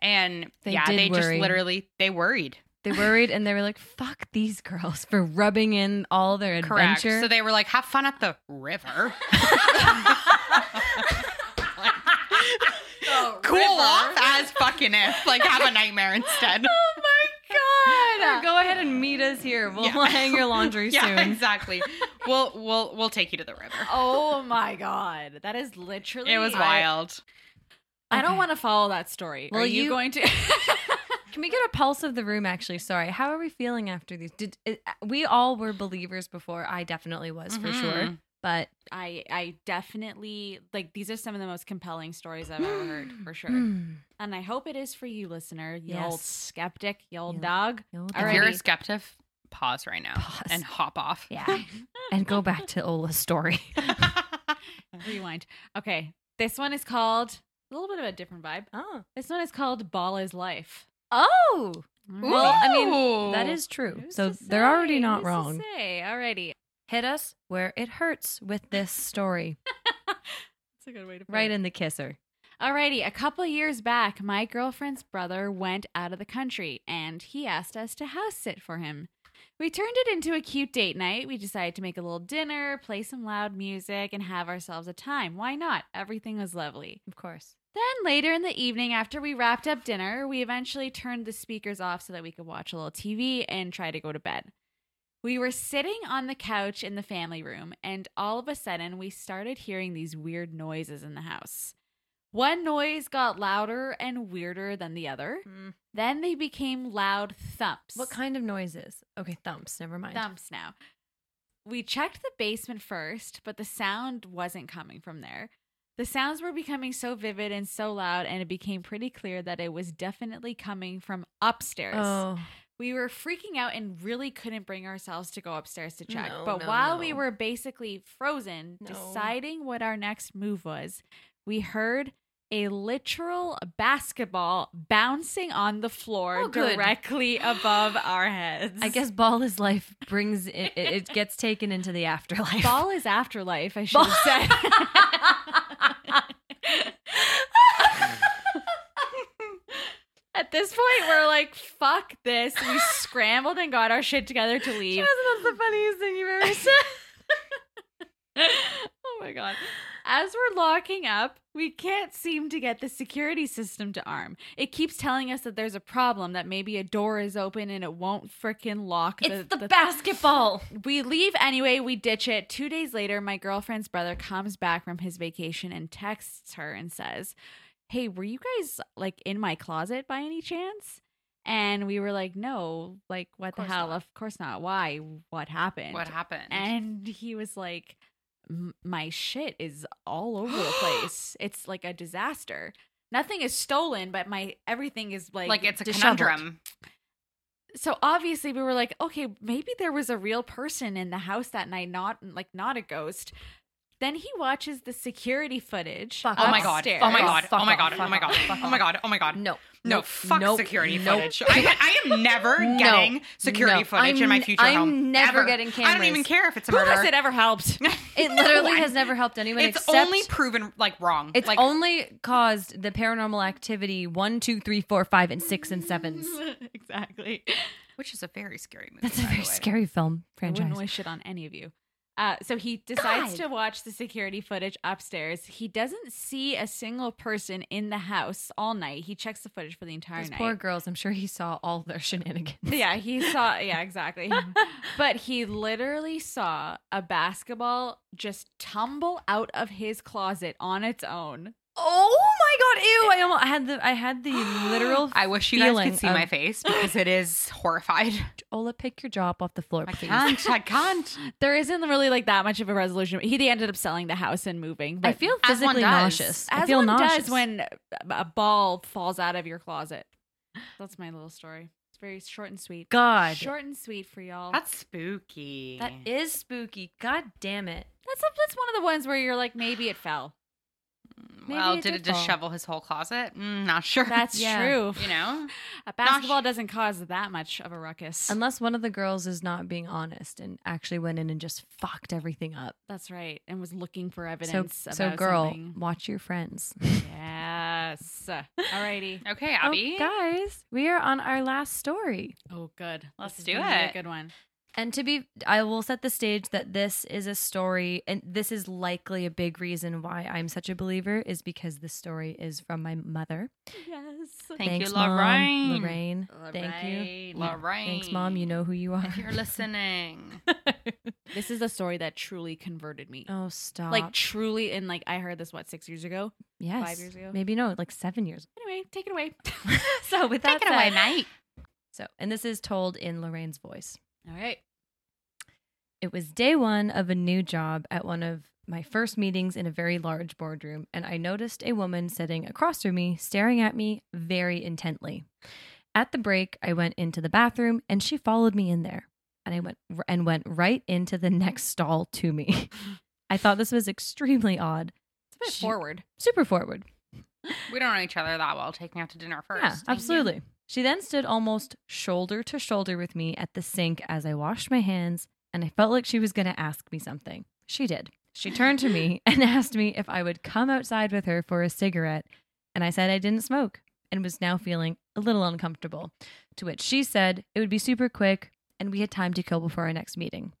[SPEAKER 1] And
[SPEAKER 2] They
[SPEAKER 1] yeah,
[SPEAKER 2] did
[SPEAKER 1] they just
[SPEAKER 2] worry.
[SPEAKER 1] literally they worried.
[SPEAKER 2] They worried and they were like, fuck these girls for rubbing in all their
[SPEAKER 1] Correct.
[SPEAKER 2] adventure.
[SPEAKER 1] So they were like, have fun at the river. cool off as fucking if. Like have a nightmare instead.
[SPEAKER 6] Oh
[SPEAKER 2] Go ahead and meet us here. We'll
[SPEAKER 1] Yeah.
[SPEAKER 2] hang your laundry
[SPEAKER 1] Yeah,
[SPEAKER 2] soon.
[SPEAKER 1] exactly. we'll we'll we'll take you to the river.
[SPEAKER 6] Oh my god. That is literally
[SPEAKER 1] It was
[SPEAKER 6] I-
[SPEAKER 1] wild.
[SPEAKER 6] I,
[SPEAKER 2] Okay.
[SPEAKER 6] don't want to follow that story.
[SPEAKER 2] Well,
[SPEAKER 6] are you,
[SPEAKER 2] you-
[SPEAKER 6] going to
[SPEAKER 2] Can we get a pulse of the room? Actually, sorry. How are we feeling after these? Did uh, we all were believers before? I definitely was for sure.
[SPEAKER 6] Mm-hmm.
[SPEAKER 1] Mhm.
[SPEAKER 2] But
[SPEAKER 6] I I definitely like these are some of the most compelling stories I've ever heard for sure.
[SPEAKER 2] mm,
[SPEAKER 6] And I hope it is for you, listener, you old
[SPEAKER 2] Yes.
[SPEAKER 6] skeptic, you old
[SPEAKER 2] You-
[SPEAKER 6] dog.
[SPEAKER 2] you old
[SPEAKER 6] All
[SPEAKER 2] dog.
[SPEAKER 1] If you're a
[SPEAKER 6] righty.
[SPEAKER 1] skeptic, pause right now
[SPEAKER 2] Pause.
[SPEAKER 1] and hop off.
[SPEAKER 2] yeah, and go back to Ola's story.
[SPEAKER 6] Rewind. Okay. This one is called a little bit of a different vibe.
[SPEAKER 2] Oh,
[SPEAKER 6] This one is called Ball is Life.
[SPEAKER 2] oh, Well, I mean,
[SPEAKER 1] Ooh.
[SPEAKER 6] Oh.
[SPEAKER 2] that is true.
[SPEAKER 6] Who's
[SPEAKER 2] So
[SPEAKER 6] to
[SPEAKER 2] they're already
[SPEAKER 6] say?
[SPEAKER 2] not
[SPEAKER 6] Who's to
[SPEAKER 2] wrong.
[SPEAKER 6] Say, alrighty.
[SPEAKER 2] Hit us where it hurts with this story.
[SPEAKER 6] That's a good way to put
[SPEAKER 2] right
[SPEAKER 6] it.
[SPEAKER 2] in the kisser.
[SPEAKER 6] Alrighty, a couple years back, my girlfriend's brother went out of the country and he asked us to house sit for him. We turned it into a cute date night. We decided to make a little dinner, play some loud music, and have ourselves a time. Why not? Everything was lovely.
[SPEAKER 2] Of course.
[SPEAKER 6] Then later in the evening, after we wrapped up dinner, we eventually turned the speakers off so that we could watch a little TV and try to go to bed. We were sitting on the couch in the family room, and all of a sudden, we started hearing these weird noises in the house. One noise got louder and weirder than the other. Then they became loud thumps.
[SPEAKER 2] Mm. What kind of noises? Okay, thumps. Never mind.
[SPEAKER 6] Thumps now. We checked the basement first, but the sound wasn't coming from there. The sounds were becoming so vivid and so loud, and it became pretty clear that it was definitely coming from upstairs.
[SPEAKER 2] Oh,
[SPEAKER 6] We were freaking out and really couldn't bring ourselves to go upstairs to check.
[SPEAKER 2] No,
[SPEAKER 6] but
[SPEAKER 2] no,
[SPEAKER 6] while we
[SPEAKER 2] no.
[SPEAKER 6] were basically frozen,
[SPEAKER 2] No.
[SPEAKER 6] deciding what our next move was, we heard a literal basketball bouncing on the floor
[SPEAKER 2] Oh, good.
[SPEAKER 6] directly above our heads.
[SPEAKER 2] I guess ball is life brings it, it, it gets taken into the afterlife.
[SPEAKER 6] Ball is afterlife, I should have said. At this point, we're like, fuck this. We scrambled and got our shit together to leave.
[SPEAKER 2] that's the funniest thing you've ever seen.
[SPEAKER 6] oh my god. As we're locking up, we can't seem to get the security system to arm. It keeps telling us that there's a problem, that maybe a door is open and it won't frickin' lock.
[SPEAKER 2] It's the, basketball.
[SPEAKER 6] we leave anyway, we ditch it. Two days later, my girlfriend's brother comes back from his vacation and texts her and says, Hey, were you guys like in my closet by any chance? And we were like, No, like, what the
[SPEAKER 1] course
[SPEAKER 6] hell?
[SPEAKER 1] not.
[SPEAKER 6] Of course not. Why? What happened?
[SPEAKER 1] What happened?
[SPEAKER 6] And he was like, "M- My shit is all over the place. It's like a disaster. Nothing is stolen, but my everything is like
[SPEAKER 1] like it's a
[SPEAKER 6] disheveled."
[SPEAKER 1] conundrum.
[SPEAKER 6] So obviously we were like, okay, maybe there was a real person in the house that night, not like not a ghost. Then he watches the security footage.
[SPEAKER 2] Fuck
[SPEAKER 1] Oh my god.
[SPEAKER 6] upstairs.
[SPEAKER 1] Oh my god.
[SPEAKER 2] Fuck
[SPEAKER 1] Oh my
[SPEAKER 2] off,
[SPEAKER 1] god.
[SPEAKER 2] fuck
[SPEAKER 1] Oh my god.
[SPEAKER 2] off, fuck
[SPEAKER 1] Oh my god. Oh my god.
[SPEAKER 2] No.
[SPEAKER 1] No,
[SPEAKER 2] Nope.
[SPEAKER 1] fuck
[SPEAKER 2] Nope.
[SPEAKER 1] security
[SPEAKER 2] Nope.
[SPEAKER 1] footage. I, I am never
[SPEAKER 2] No.
[SPEAKER 1] getting security
[SPEAKER 2] No.
[SPEAKER 1] footage in
[SPEAKER 2] I'm-
[SPEAKER 1] my future
[SPEAKER 2] I'm
[SPEAKER 1] home.
[SPEAKER 2] never
[SPEAKER 1] Ever.
[SPEAKER 2] getting
[SPEAKER 1] I don't even
[SPEAKER 2] cameras.
[SPEAKER 1] care if it's a
[SPEAKER 6] Who
[SPEAKER 1] murder.
[SPEAKER 6] has it ever helped?
[SPEAKER 2] It literally
[SPEAKER 1] No,
[SPEAKER 2] has never helped anyone
[SPEAKER 1] It's
[SPEAKER 2] except
[SPEAKER 1] only proven like wrong.
[SPEAKER 2] It's
[SPEAKER 1] like,
[SPEAKER 2] only caused the paranormal activity one, two, three, four, five, and six and sevens.
[SPEAKER 6] exactly.
[SPEAKER 1] which is a very scary movie.
[SPEAKER 2] That's
[SPEAKER 1] by
[SPEAKER 2] a
[SPEAKER 1] the
[SPEAKER 2] very
[SPEAKER 1] way.
[SPEAKER 2] scary film
[SPEAKER 6] I wouldn't
[SPEAKER 2] franchise.
[SPEAKER 6] wish it on any of you. Uh, so he decides to watch the security footage upstairs. He doesn't see a single person in the house all night. He checks the footage for the entire
[SPEAKER 2] Those
[SPEAKER 6] night.
[SPEAKER 2] poor girls, I'm sure he saw all their shenanigans.
[SPEAKER 6] Yeah, he saw. Yeah, exactly. but he literally saw a basketball just tumble out of his closet on its own.
[SPEAKER 2] Oh my god, ew! I almost I had the I had the literal
[SPEAKER 1] I wish you guys
[SPEAKER 2] feeling
[SPEAKER 1] could see
[SPEAKER 2] of-
[SPEAKER 1] my face because it is horrified.
[SPEAKER 2] Ola, pick your jaw off the floor,
[SPEAKER 1] I
[SPEAKER 2] please.
[SPEAKER 1] can't. I can't.
[SPEAKER 6] There isn't really like that much of a resolution. He they ended up selling the house and moving.
[SPEAKER 2] I
[SPEAKER 6] but
[SPEAKER 2] feel
[SPEAKER 1] as one
[SPEAKER 2] physically
[SPEAKER 1] does.
[SPEAKER 2] nauseous.
[SPEAKER 6] as
[SPEAKER 2] I feel
[SPEAKER 6] one
[SPEAKER 2] nauseous
[SPEAKER 6] does when a ball falls out of your closet. That's my little story. It's very short and sweet.
[SPEAKER 2] God.
[SPEAKER 6] Short and sweet for y'all.
[SPEAKER 1] That's spooky.
[SPEAKER 2] Oh. That is spooky. God damn it.
[SPEAKER 6] that's that's one of the ones where you're like maybe it fell.
[SPEAKER 2] Maybe
[SPEAKER 1] well,
[SPEAKER 2] it
[SPEAKER 1] did
[SPEAKER 2] did
[SPEAKER 1] it
[SPEAKER 2] fall.
[SPEAKER 1] dishevel his whole closet? Mm, not sure.
[SPEAKER 6] That's
[SPEAKER 2] Yeah.
[SPEAKER 6] true.
[SPEAKER 1] you know.
[SPEAKER 6] A basketball doesn't cause that much of a ruckus.
[SPEAKER 2] Unless one of the girls is not being honest and actually went in and just fucked everything up.
[SPEAKER 6] That's right, and was looking for
[SPEAKER 2] So,
[SPEAKER 6] evidence.
[SPEAKER 2] so
[SPEAKER 6] about
[SPEAKER 2] girl,
[SPEAKER 6] something.
[SPEAKER 2] watch your friends.
[SPEAKER 6] Yes. Alrighty.
[SPEAKER 1] Okay,
[SPEAKER 2] Oh,
[SPEAKER 1] Abby.
[SPEAKER 2] guys, we are on our last story.
[SPEAKER 6] Oh, good.
[SPEAKER 1] Let's
[SPEAKER 6] is
[SPEAKER 1] do
[SPEAKER 6] gonna be
[SPEAKER 1] it.
[SPEAKER 6] A good one.
[SPEAKER 2] And to be, I will set the stage that this is a story, and this is likely a big reason why I'm such a believer is because this story is from my mother.
[SPEAKER 6] Yes.
[SPEAKER 1] Thank you,
[SPEAKER 2] Mom.
[SPEAKER 1] Lorraine.
[SPEAKER 2] Lorraine. Thank you.
[SPEAKER 1] Lorraine.
[SPEAKER 2] Thanks, Mom. You know who you are.
[SPEAKER 1] If you're listening,
[SPEAKER 6] This is a story that truly converted me.
[SPEAKER 2] oh, stop.
[SPEAKER 6] Like truly, and like I heard this what six years ago.
[SPEAKER 2] yes.
[SPEAKER 6] years ago?
[SPEAKER 2] Maybe no, like seven years
[SPEAKER 6] Anyway, take it away.
[SPEAKER 2] ago. so, with that
[SPEAKER 1] take it away,
[SPEAKER 2] said-
[SPEAKER 1] mate.
[SPEAKER 2] So, and this is told in Lorraine's voice.
[SPEAKER 6] All right.
[SPEAKER 2] It was day one of a new job at one of my first meetings in a very large boardroom, and I noticed a woman sitting across from me staring at me very intently. At the break, I went into the bathroom and she followed me in there, and I went and went right into the next stall to me. I thought this was extremely odd,
[SPEAKER 6] It's a bit
[SPEAKER 2] She-
[SPEAKER 6] forward.
[SPEAKER 2] super forward.
[SPEAKER 1] We don't know each other that well. Take me out to dinner first.
[SPEAKER 2] Yeah, absolutely. She then stood almost shoulder to shoulder with me at the sink as I washed my hands, and I felt like she was going to ask me something. She did. She turned to me and asked me if I would come outside with her for a cigarette, and I said I didn't smoke and was now feeling a little uncomfortable. To which she said it would be super quick and we had time to kill before our next meeting.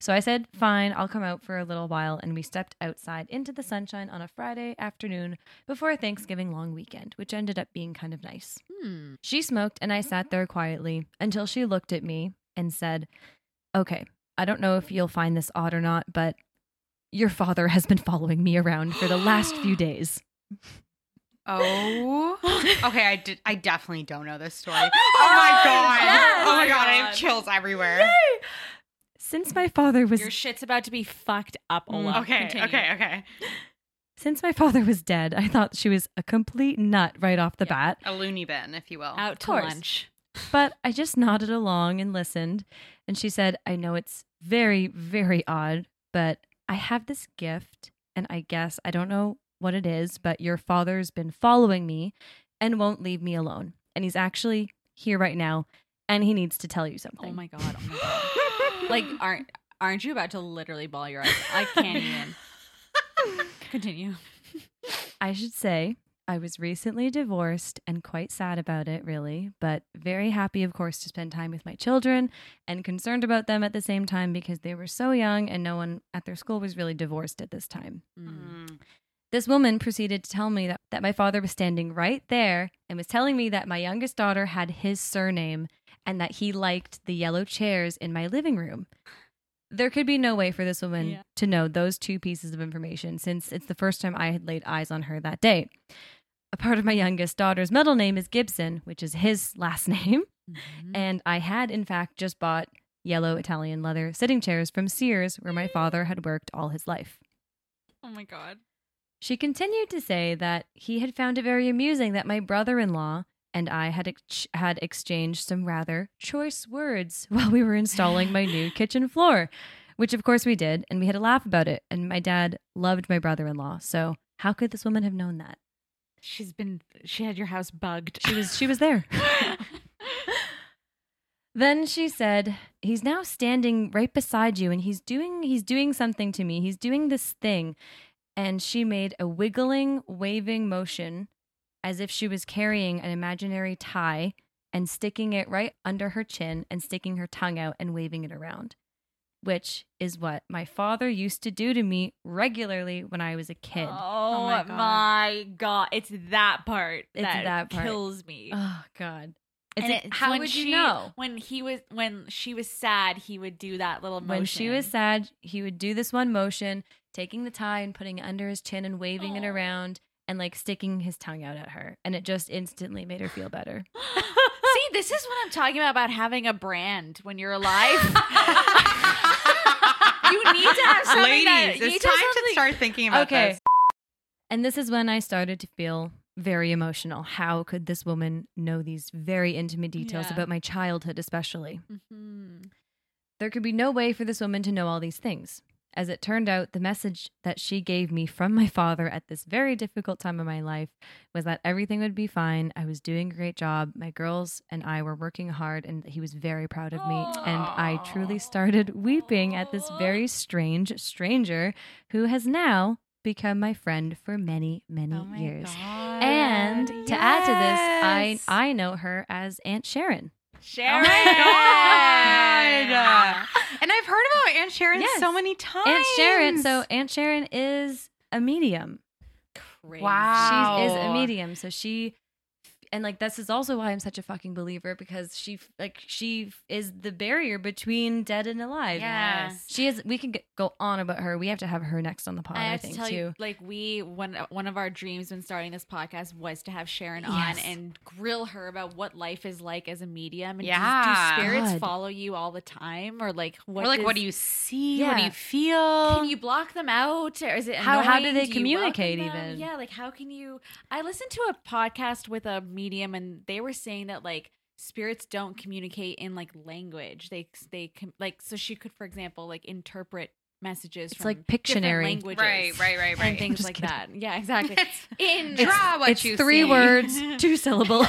[SPEAKER 2] So I said, fine, I'll come out for a little while. And we stepped outside into the sunshine on a Friday afternoon before a Thanksgiving long weekend, which ended up being kind of nice.
[SPEAKER 6] Hmm.
[SPEAKER 2] She smoked, and I sat there quietly until she looked at me and said, Okay, I don't know if you'll find this odd or not, but your father has been following me around for the last few days.
[SPEAKER 1] Oh. Okay, I did. I definitely don't know this story. Oh my god!
[SPEAKER 6] yes.
[SPEAKER 1] Oh my god! I have chills everywhere.
[SPEAKER 2] Since my father was
[SPEAKER 6] Your shit's about to be fucked up, Ola.
[SPEAKER 2] Mm.
[SPEAKER 1] Okay,
[SPEAKER 6] Continue.
[SPEAKER 1] okay, okay.
[SPEAKER 2] since my father was dead, I thought she was a complete nut right off the bat.
[SPEAKER 1] A loony bin, if you will.
[SPEAKER 6] Out to
[SPEAKER 2] course.
[SPEAKER 6] lunch.
[SPEAKER 2] But I just nodded along and listened. And she said, I know it's very, very odd, but I have this gift. And I guess I don't know what it is, but your father's been following me and won't leave me alone. And he's actually here right now and he needs to tell you something.
[SPEAKER 6] Oh my god. Oh my god. like aren't aren't you about to literally ball your eyes? I can't even. Continue.
[SPEAKER 2] I should say I was recently divorced and quite sad about it, really, but very happy, of course, to spend time with my children and concerned about them at the same time because they were so young and no one at their school was really divorced at this time.
[SPEAKER 6] Mm-hmm.
[SPEAKER 1] Mm.
[SPEAKER 2] This woman proceeded to tell me that, that my father was standing right there and was telling me that my youngest daughter had his surname and that he liked the yellow chairs in my living room. There could be no way for this woman
[SPEAKER 6] Yeah.
[SPEAKER 2] to know those two pieces of information since it's the first time I had laid eyes on her that day. A part of my youngest daughter's middle name is Gibson, which is his last name. And I had, in fact, just bought yellow Italian leather sitting chairs from Sears, where my father had worked all his life.
[SPEAKER 6] Oh my god.
[SPEAKER 2] She continued to say that he had found it very amusing that my brother in law and I had, ex- had exchanged some rather choice words while we were installing my new kitchen floor, which of course we did, and we had a laugh about it. And my dad loved my brother in law. So, how could this woman have known that?
[SPEAKER 6] She's been she had your house bugged.
[SPEAKER 2] She was she was there. Then she said, "He's now standing right beside you and he's doing he's doing something to me. He's doing this thing." And she made a wiggling, waving motion as if she was carrying an imaginary tie and sticking it right under her chin and sticking her tongue out and waving it around, which is what my father used to do to me regularly when I was a kid.
[SPEAKER 6] Oh,
[SPEAKER 1] my
[SPEAKER 6] my,
[SPEAKER 1] God.
[SPEAKER 6] god. It's that part
[SPEAKER 2] It's
[SPEAKER 6] that,
[SPEAKER 2] that part.
[SPEAKER 6] kills me.
[SPEAKER 2] Oh god. It's
[SPEAKER 6] And
[SPEAKER 2] like,
[SPEAKER 6] it's
[SPEAKER 2] how
[SPEAKER 6] when
[SPEAKER 2] would
[SPEAKER 6] she-
[SPEAKER 2] you know?
[SPEAKER 6] When he was when she was sad, he would do that little motion.
[SPEAKER 2] When she was sad, he would do this one motion, taking the tie and putting it under his chin and waving it
[SPEAKER 6] Aw.
[SPEAKER 2] around and like sticking his tongue out at her. And it just instantly made her feel better.
[SPEAKER 6] See, this is what I'm talking about about having a brand when you're alive. you need to have something
[SPEAKER 1] Ladies,
[SPEAKER 6] that- you need
[SPEAKER 1] it's
[SPEAKER 6] to have
[SPEAKER 1] time to
[SPEAKER 6] something-
[SPEAKER 1] start thinking about this.
[SPEAKER 2] And this is when I started to feel very emotional. How could this woman know these very intimate details
[SPEAKER 6] Yeah.
[SPEAKER 2] about my childhood, especially?
[SPEAKER 6] Mhm.
[SPEAKER 2] There could be no way for this woman to know all these things. As it turned out, the message that she gave me from my father at this very difficult time of my life was that everything would be fine. I was doing a great job. My girls and I were working hard, and he was very proud of me. And I truly started weeping at this very strange stranger who has now become my friend for many, many
[SPEAKER 6] Oh my
[SPEAKER 2] years.
[SPEAKER 6] God.
[SPEAKER 2] And to add to this,
[SPEAKER 6] Yes.
[SPEAKER 2] I, I know her as Aunt Sharon.
[SPEAKER 6] Sharon.
[SPEAKER 1] God. And I've heard about Aunt Sharon
[SPEAKER 2] Yes.
[SPEAKER 1] so many times.
[SPEAKER 2] Aunt Sharon. So Aunt Sharon is a medium.
[SPEAKER 6] Crazy.
[SPEAKER 1] Wow.
[SPEAKER 2] She is a
[SPEAKER 1] Wow.
[SPEAKER 2] medium. So she and like this is also why I'm such a fucking believer because she like she is the barrier between dead and alive.
[SPEAKER 6] Yes.
[SPEAKER 2] She is we can get, go on about her. We have to have her next on the pod,
[SPEAKER 6] I
[SPEAKER 2] I,
[SPEAKER 6] have to
[SPEAKER 2] think
[SPEAKER 6] tell
[SPEAKER 2] too.
[SPEAKER 6] you, like we one one of our dreams when starting this podcast was to have Sharon on
[SPEAKER 2] Yes.
[SPEAKER 6] and grill her about what life is like as a medium. And
[SPEAKER 1] Yeah.
[SPEAKER 6] do, do spirits
[SPEAKER 2] God.
[SPEAKER 6] follow you all the time, or like what?
[SPEAKER 1] We're like, what
[SPEAKER 6] does-
[SPEAKER 1] do you see? What do
[SPEAKER 2] Yeah.
[SPEAKER 1] you feel?
[SPEAKER 6] Can you block them out, or is it
[SPEAKER 2] How- how do
[SPEAKER 6] annoying?
[SPEAKER 2] they
[SPEAKER 6] you welcome
[SPEAKER 2] communicate
[SPEAKER 6] them?
[SPEAKER 2] even?
[SPEAKER 6] Yeah, like how can you? I listened to a podcast with a medium, and they were saying that like spirits don't communicate in like language. They they com- like so she could, for example, like interpret messages.
[SPEAKER 2] It's
[SPEAKER 6] from
[SPEAKER 2] like
[SPEAKER 6] different
[SPEAKER 2] Pictionary.
[SPEAKER 6] languages,
[SPEAKER 1] right, right, right, right.
[SPEAKER 6] And things
[SPEAKER 2] just
[SPEAKER 6] like
[SPEAKER 2] kidding.
[SPEAKER 6] that. Yeah, exactly.
[SPEAKER 1] It's-
[SPEAKER 6] in
[SPEAKER 1] Draw what
[SPEAKER 2] it's
[SPEAKER 1] you
[SPEAKER 2] three
[SPEAKER 1] see.
[SPEAKER 2] words, two syllable.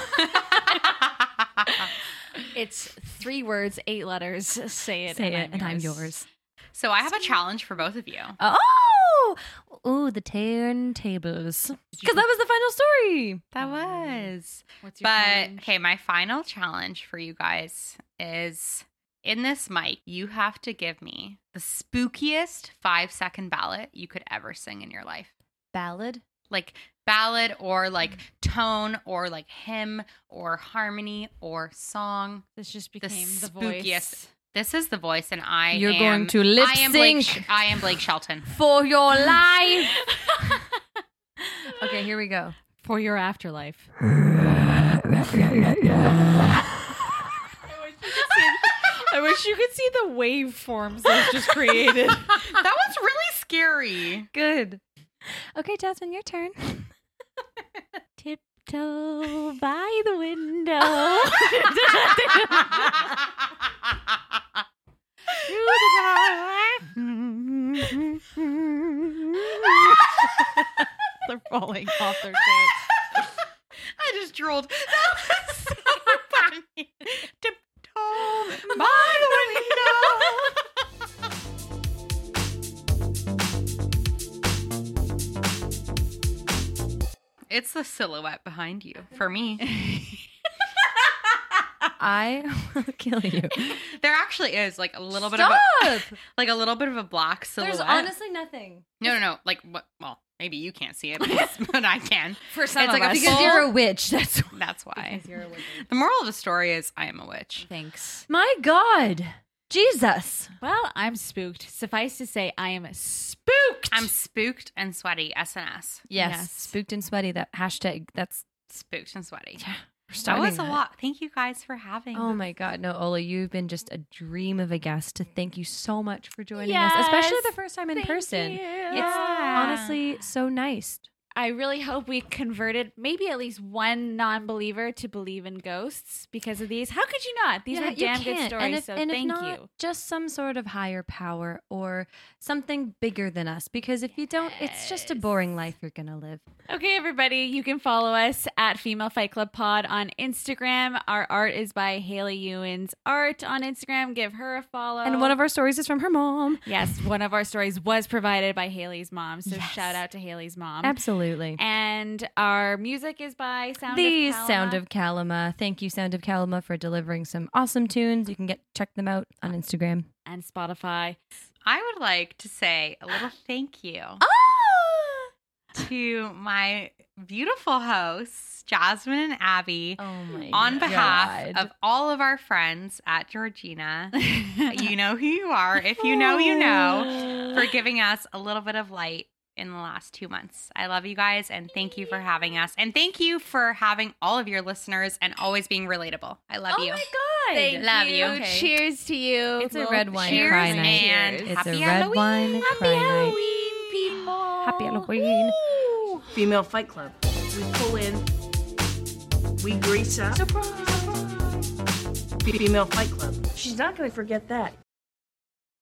[SPEAKER 6] it's three words, eight letters. Say it.
[SPEAKER 2] Say it, and I'm yours.
[SPEAKER 1] so I have a challenge for both of you.
[SPEAKER 2] Oh, oh, the turntables. Because that was the final story.
[SPEAKER 1] That was.
[SPEAKER 6] What's your
[SPEAKER 1] But
[SPEAKER 6] challenge?
[SPEAKER 1] okay, my final challenge for you guys is in this mic, you have to give me the spookiest five second ballad you could ever sing in your life.
[SPEAKER 2] Ballad.
[SPEAKER 1] Like ballad or like
[SPEAKER 6] Hmm.
[SPEAKER 1] tone or like hymn or harmony or song.
[SPEAKER 6] this just became the,
[SPEAKER 1] spookiest
[SPEAKER 6] voice.
[SPEAKER 1] This is the voice, and I
[SPEAKER 2] You're
[SPEAKER 1] am-
[SPEAKER 2] going to lip
[SPEAKER 1] I am Blake
[SPEAKER 2] sync.
[SPEAKER 1] Sh- I am Blake Shelton.
[SPEAKER 2] for your life. okay, here we go.
[SPEAKER 6] for your afterlife. I wish you could see the waveforms that just created.
[SPEAKER 1] that was really scary.
[SPEAKER 2] Good. Okay, Jasmine, your turn.
[SPEAKER 6] Tiptoe by the window.
[SPEAKER 5] They're falling off their chairs.
[SPEAKER 1] I just drooled. That was so funny. Tiptoe by the window. It's What's the silhouette behind you? For me,
[SPEAKER 2] I will kill you.
[SPEAKER 1] there actually is like a little bit of a,
[SPEAKER 2] Stop!
[SPEAKER 1] like a little bit of a black silhouette.
[SPEAKER 2] There's honestly nothing.
[SPEAKER 1] no, no, no. Like what? Well, maybe you can't see it, but- but I can.
[SPEAKER 6] For some
[SPEAKER 1] It's
[SPEAKER 6] of
[SPEAKER 1] like a
[SPEAKER 6] us.
[SPEAKER 1] full-
[SPEAKER 2] Because you're a witch. That's
[SPEAKER 1] That's why.
[SPEAKER 2] you're a witch.
[SPEAKER 1] The moral of the story is I am a witch.
[SPEAKER 6] Thanks.
[SPEAKER 2] My God. Jesus.
[SPEAKER 6] Well, I'm spooked. Suffice to say, I am spooked.
[SPEAKER 1] I'm spooked and sweaty. SNS.
[SPEAKER 2] Yes.
[SPEAKER 6] Yes.
[SPEAKER 2] Spooked and sweaty. That hashtag. That's
[SPEAKER 1] Spooked and sweaty.
[SPEAKER 2] yeah. We're
[SPEAKER 1] That
[SPEAKER 2] starting
[SPEAKER 1] was a lot. Thank you guys for having.
[SPEAKER 2] Oh
[SPEAKER 1] me.
[SPEAKER 2] my God. No, Ola, you've been just a dream of a guest. To thank you so much for joining us, especially
[SPEAKER 6] Yes.
[SPEAKER 2] the first time in
[SPEAKER 6] Thank
[SPEAKER 2] person.
[SPEAKER 6] you.
[SPEAKER 2] It's honestly so nice.
[SPEAKER 6] I really hope we converted maybe at least one non-believer to believe in ghosts because of these. How could you not? These
[SPEAKER 2] Yeah,
[SPEAKER 6] are
[SPEAKER 2] you
[SPEAKER 6] damn good
[SPEAKER 2] can't.
[SPEAKER 6] stories.
[SPEAKER 2] And if,
[SPEAKER 6] so
[SPEAKER 2] and if
[SPEAKER 6] thank
[SPEAKER 2] not,
[SPEAKER 6] you.
[SPEAKER 2] Just some sort of higher power or something bigger than us. Because if you don't, it's just a boring life you're gonna live.
[SPEAKER 6] Okay, everybody, you can follow us at Female Fight Club Pod on Instagram. Our art is by Haley Ewan's Art on Instagram. Give her a follow.
[SPEAKER 2] And one of our stories is from her mom.
[SPEAKER 6] yes, one of our stories was provided by Haley's mom. So
[SPEAKER 2] Yes.
[SPEAKER 6] shout out to Haley's mom.
[SPEAKER 2] Absolutely.
[SPEAKER 6] And our music is by Sound
[SPEAKER 2] the
[SPEAKER 6] of Kalama.
[SPEAKER 2] Sound of Kalama. Thank you, Sound of Kalama, for delivering some awesome tunes. You can get check them out on Instagram.
[SPEAKER 6] and Spotify.
[SPEAKER 1] I would like to say a little thank you
[SPEAKER 6] Oh.
[SPEAKER 2] Ah!
[SPEAKER 1] to my beautiful hosts, Jasmine and Abby.
[SPEAKER 2] Oh my
[SPEAKER 1] on behalf of all of our friends at Georgina, you know who you are. If you know, you know, for giving us a little bit of light in the last two months. I love you guys and thank you for having us. And thank you for having all of your listeners and always being relatable. I
[SPEAKER 6] Oh
[SPEAKER 1] love you.
[SPEAKER 2] Oh god.
[SPEAKER 6] Thank
[SPEAKER 1] Love you.
[SPEAKER 2] Okay.
[SPEAKER 6] Cheers to you.
[SPEAKER 2] It's a
[SPEAKER 6] Little
[SPEAKER 2] red wine
[SPEAKER 1] Cheers
[SPEAKER 2] cry night.
[SPEAKER 1] and
[SPEAKER 2] It's
[SPEAKER 1] happy
[SPEAKER 2] a red
[SPEAKER 1] Halloween.
[SPEAKER 2] wine cry night.
[SPEAKER 6] Halloween, people.
[SPEAKER 2] Happy Halloween.
[SPEAKER 5] Female Fight Club. We pull in, we grease up. Surprise! Female Fight Club. She's not gonna forget that.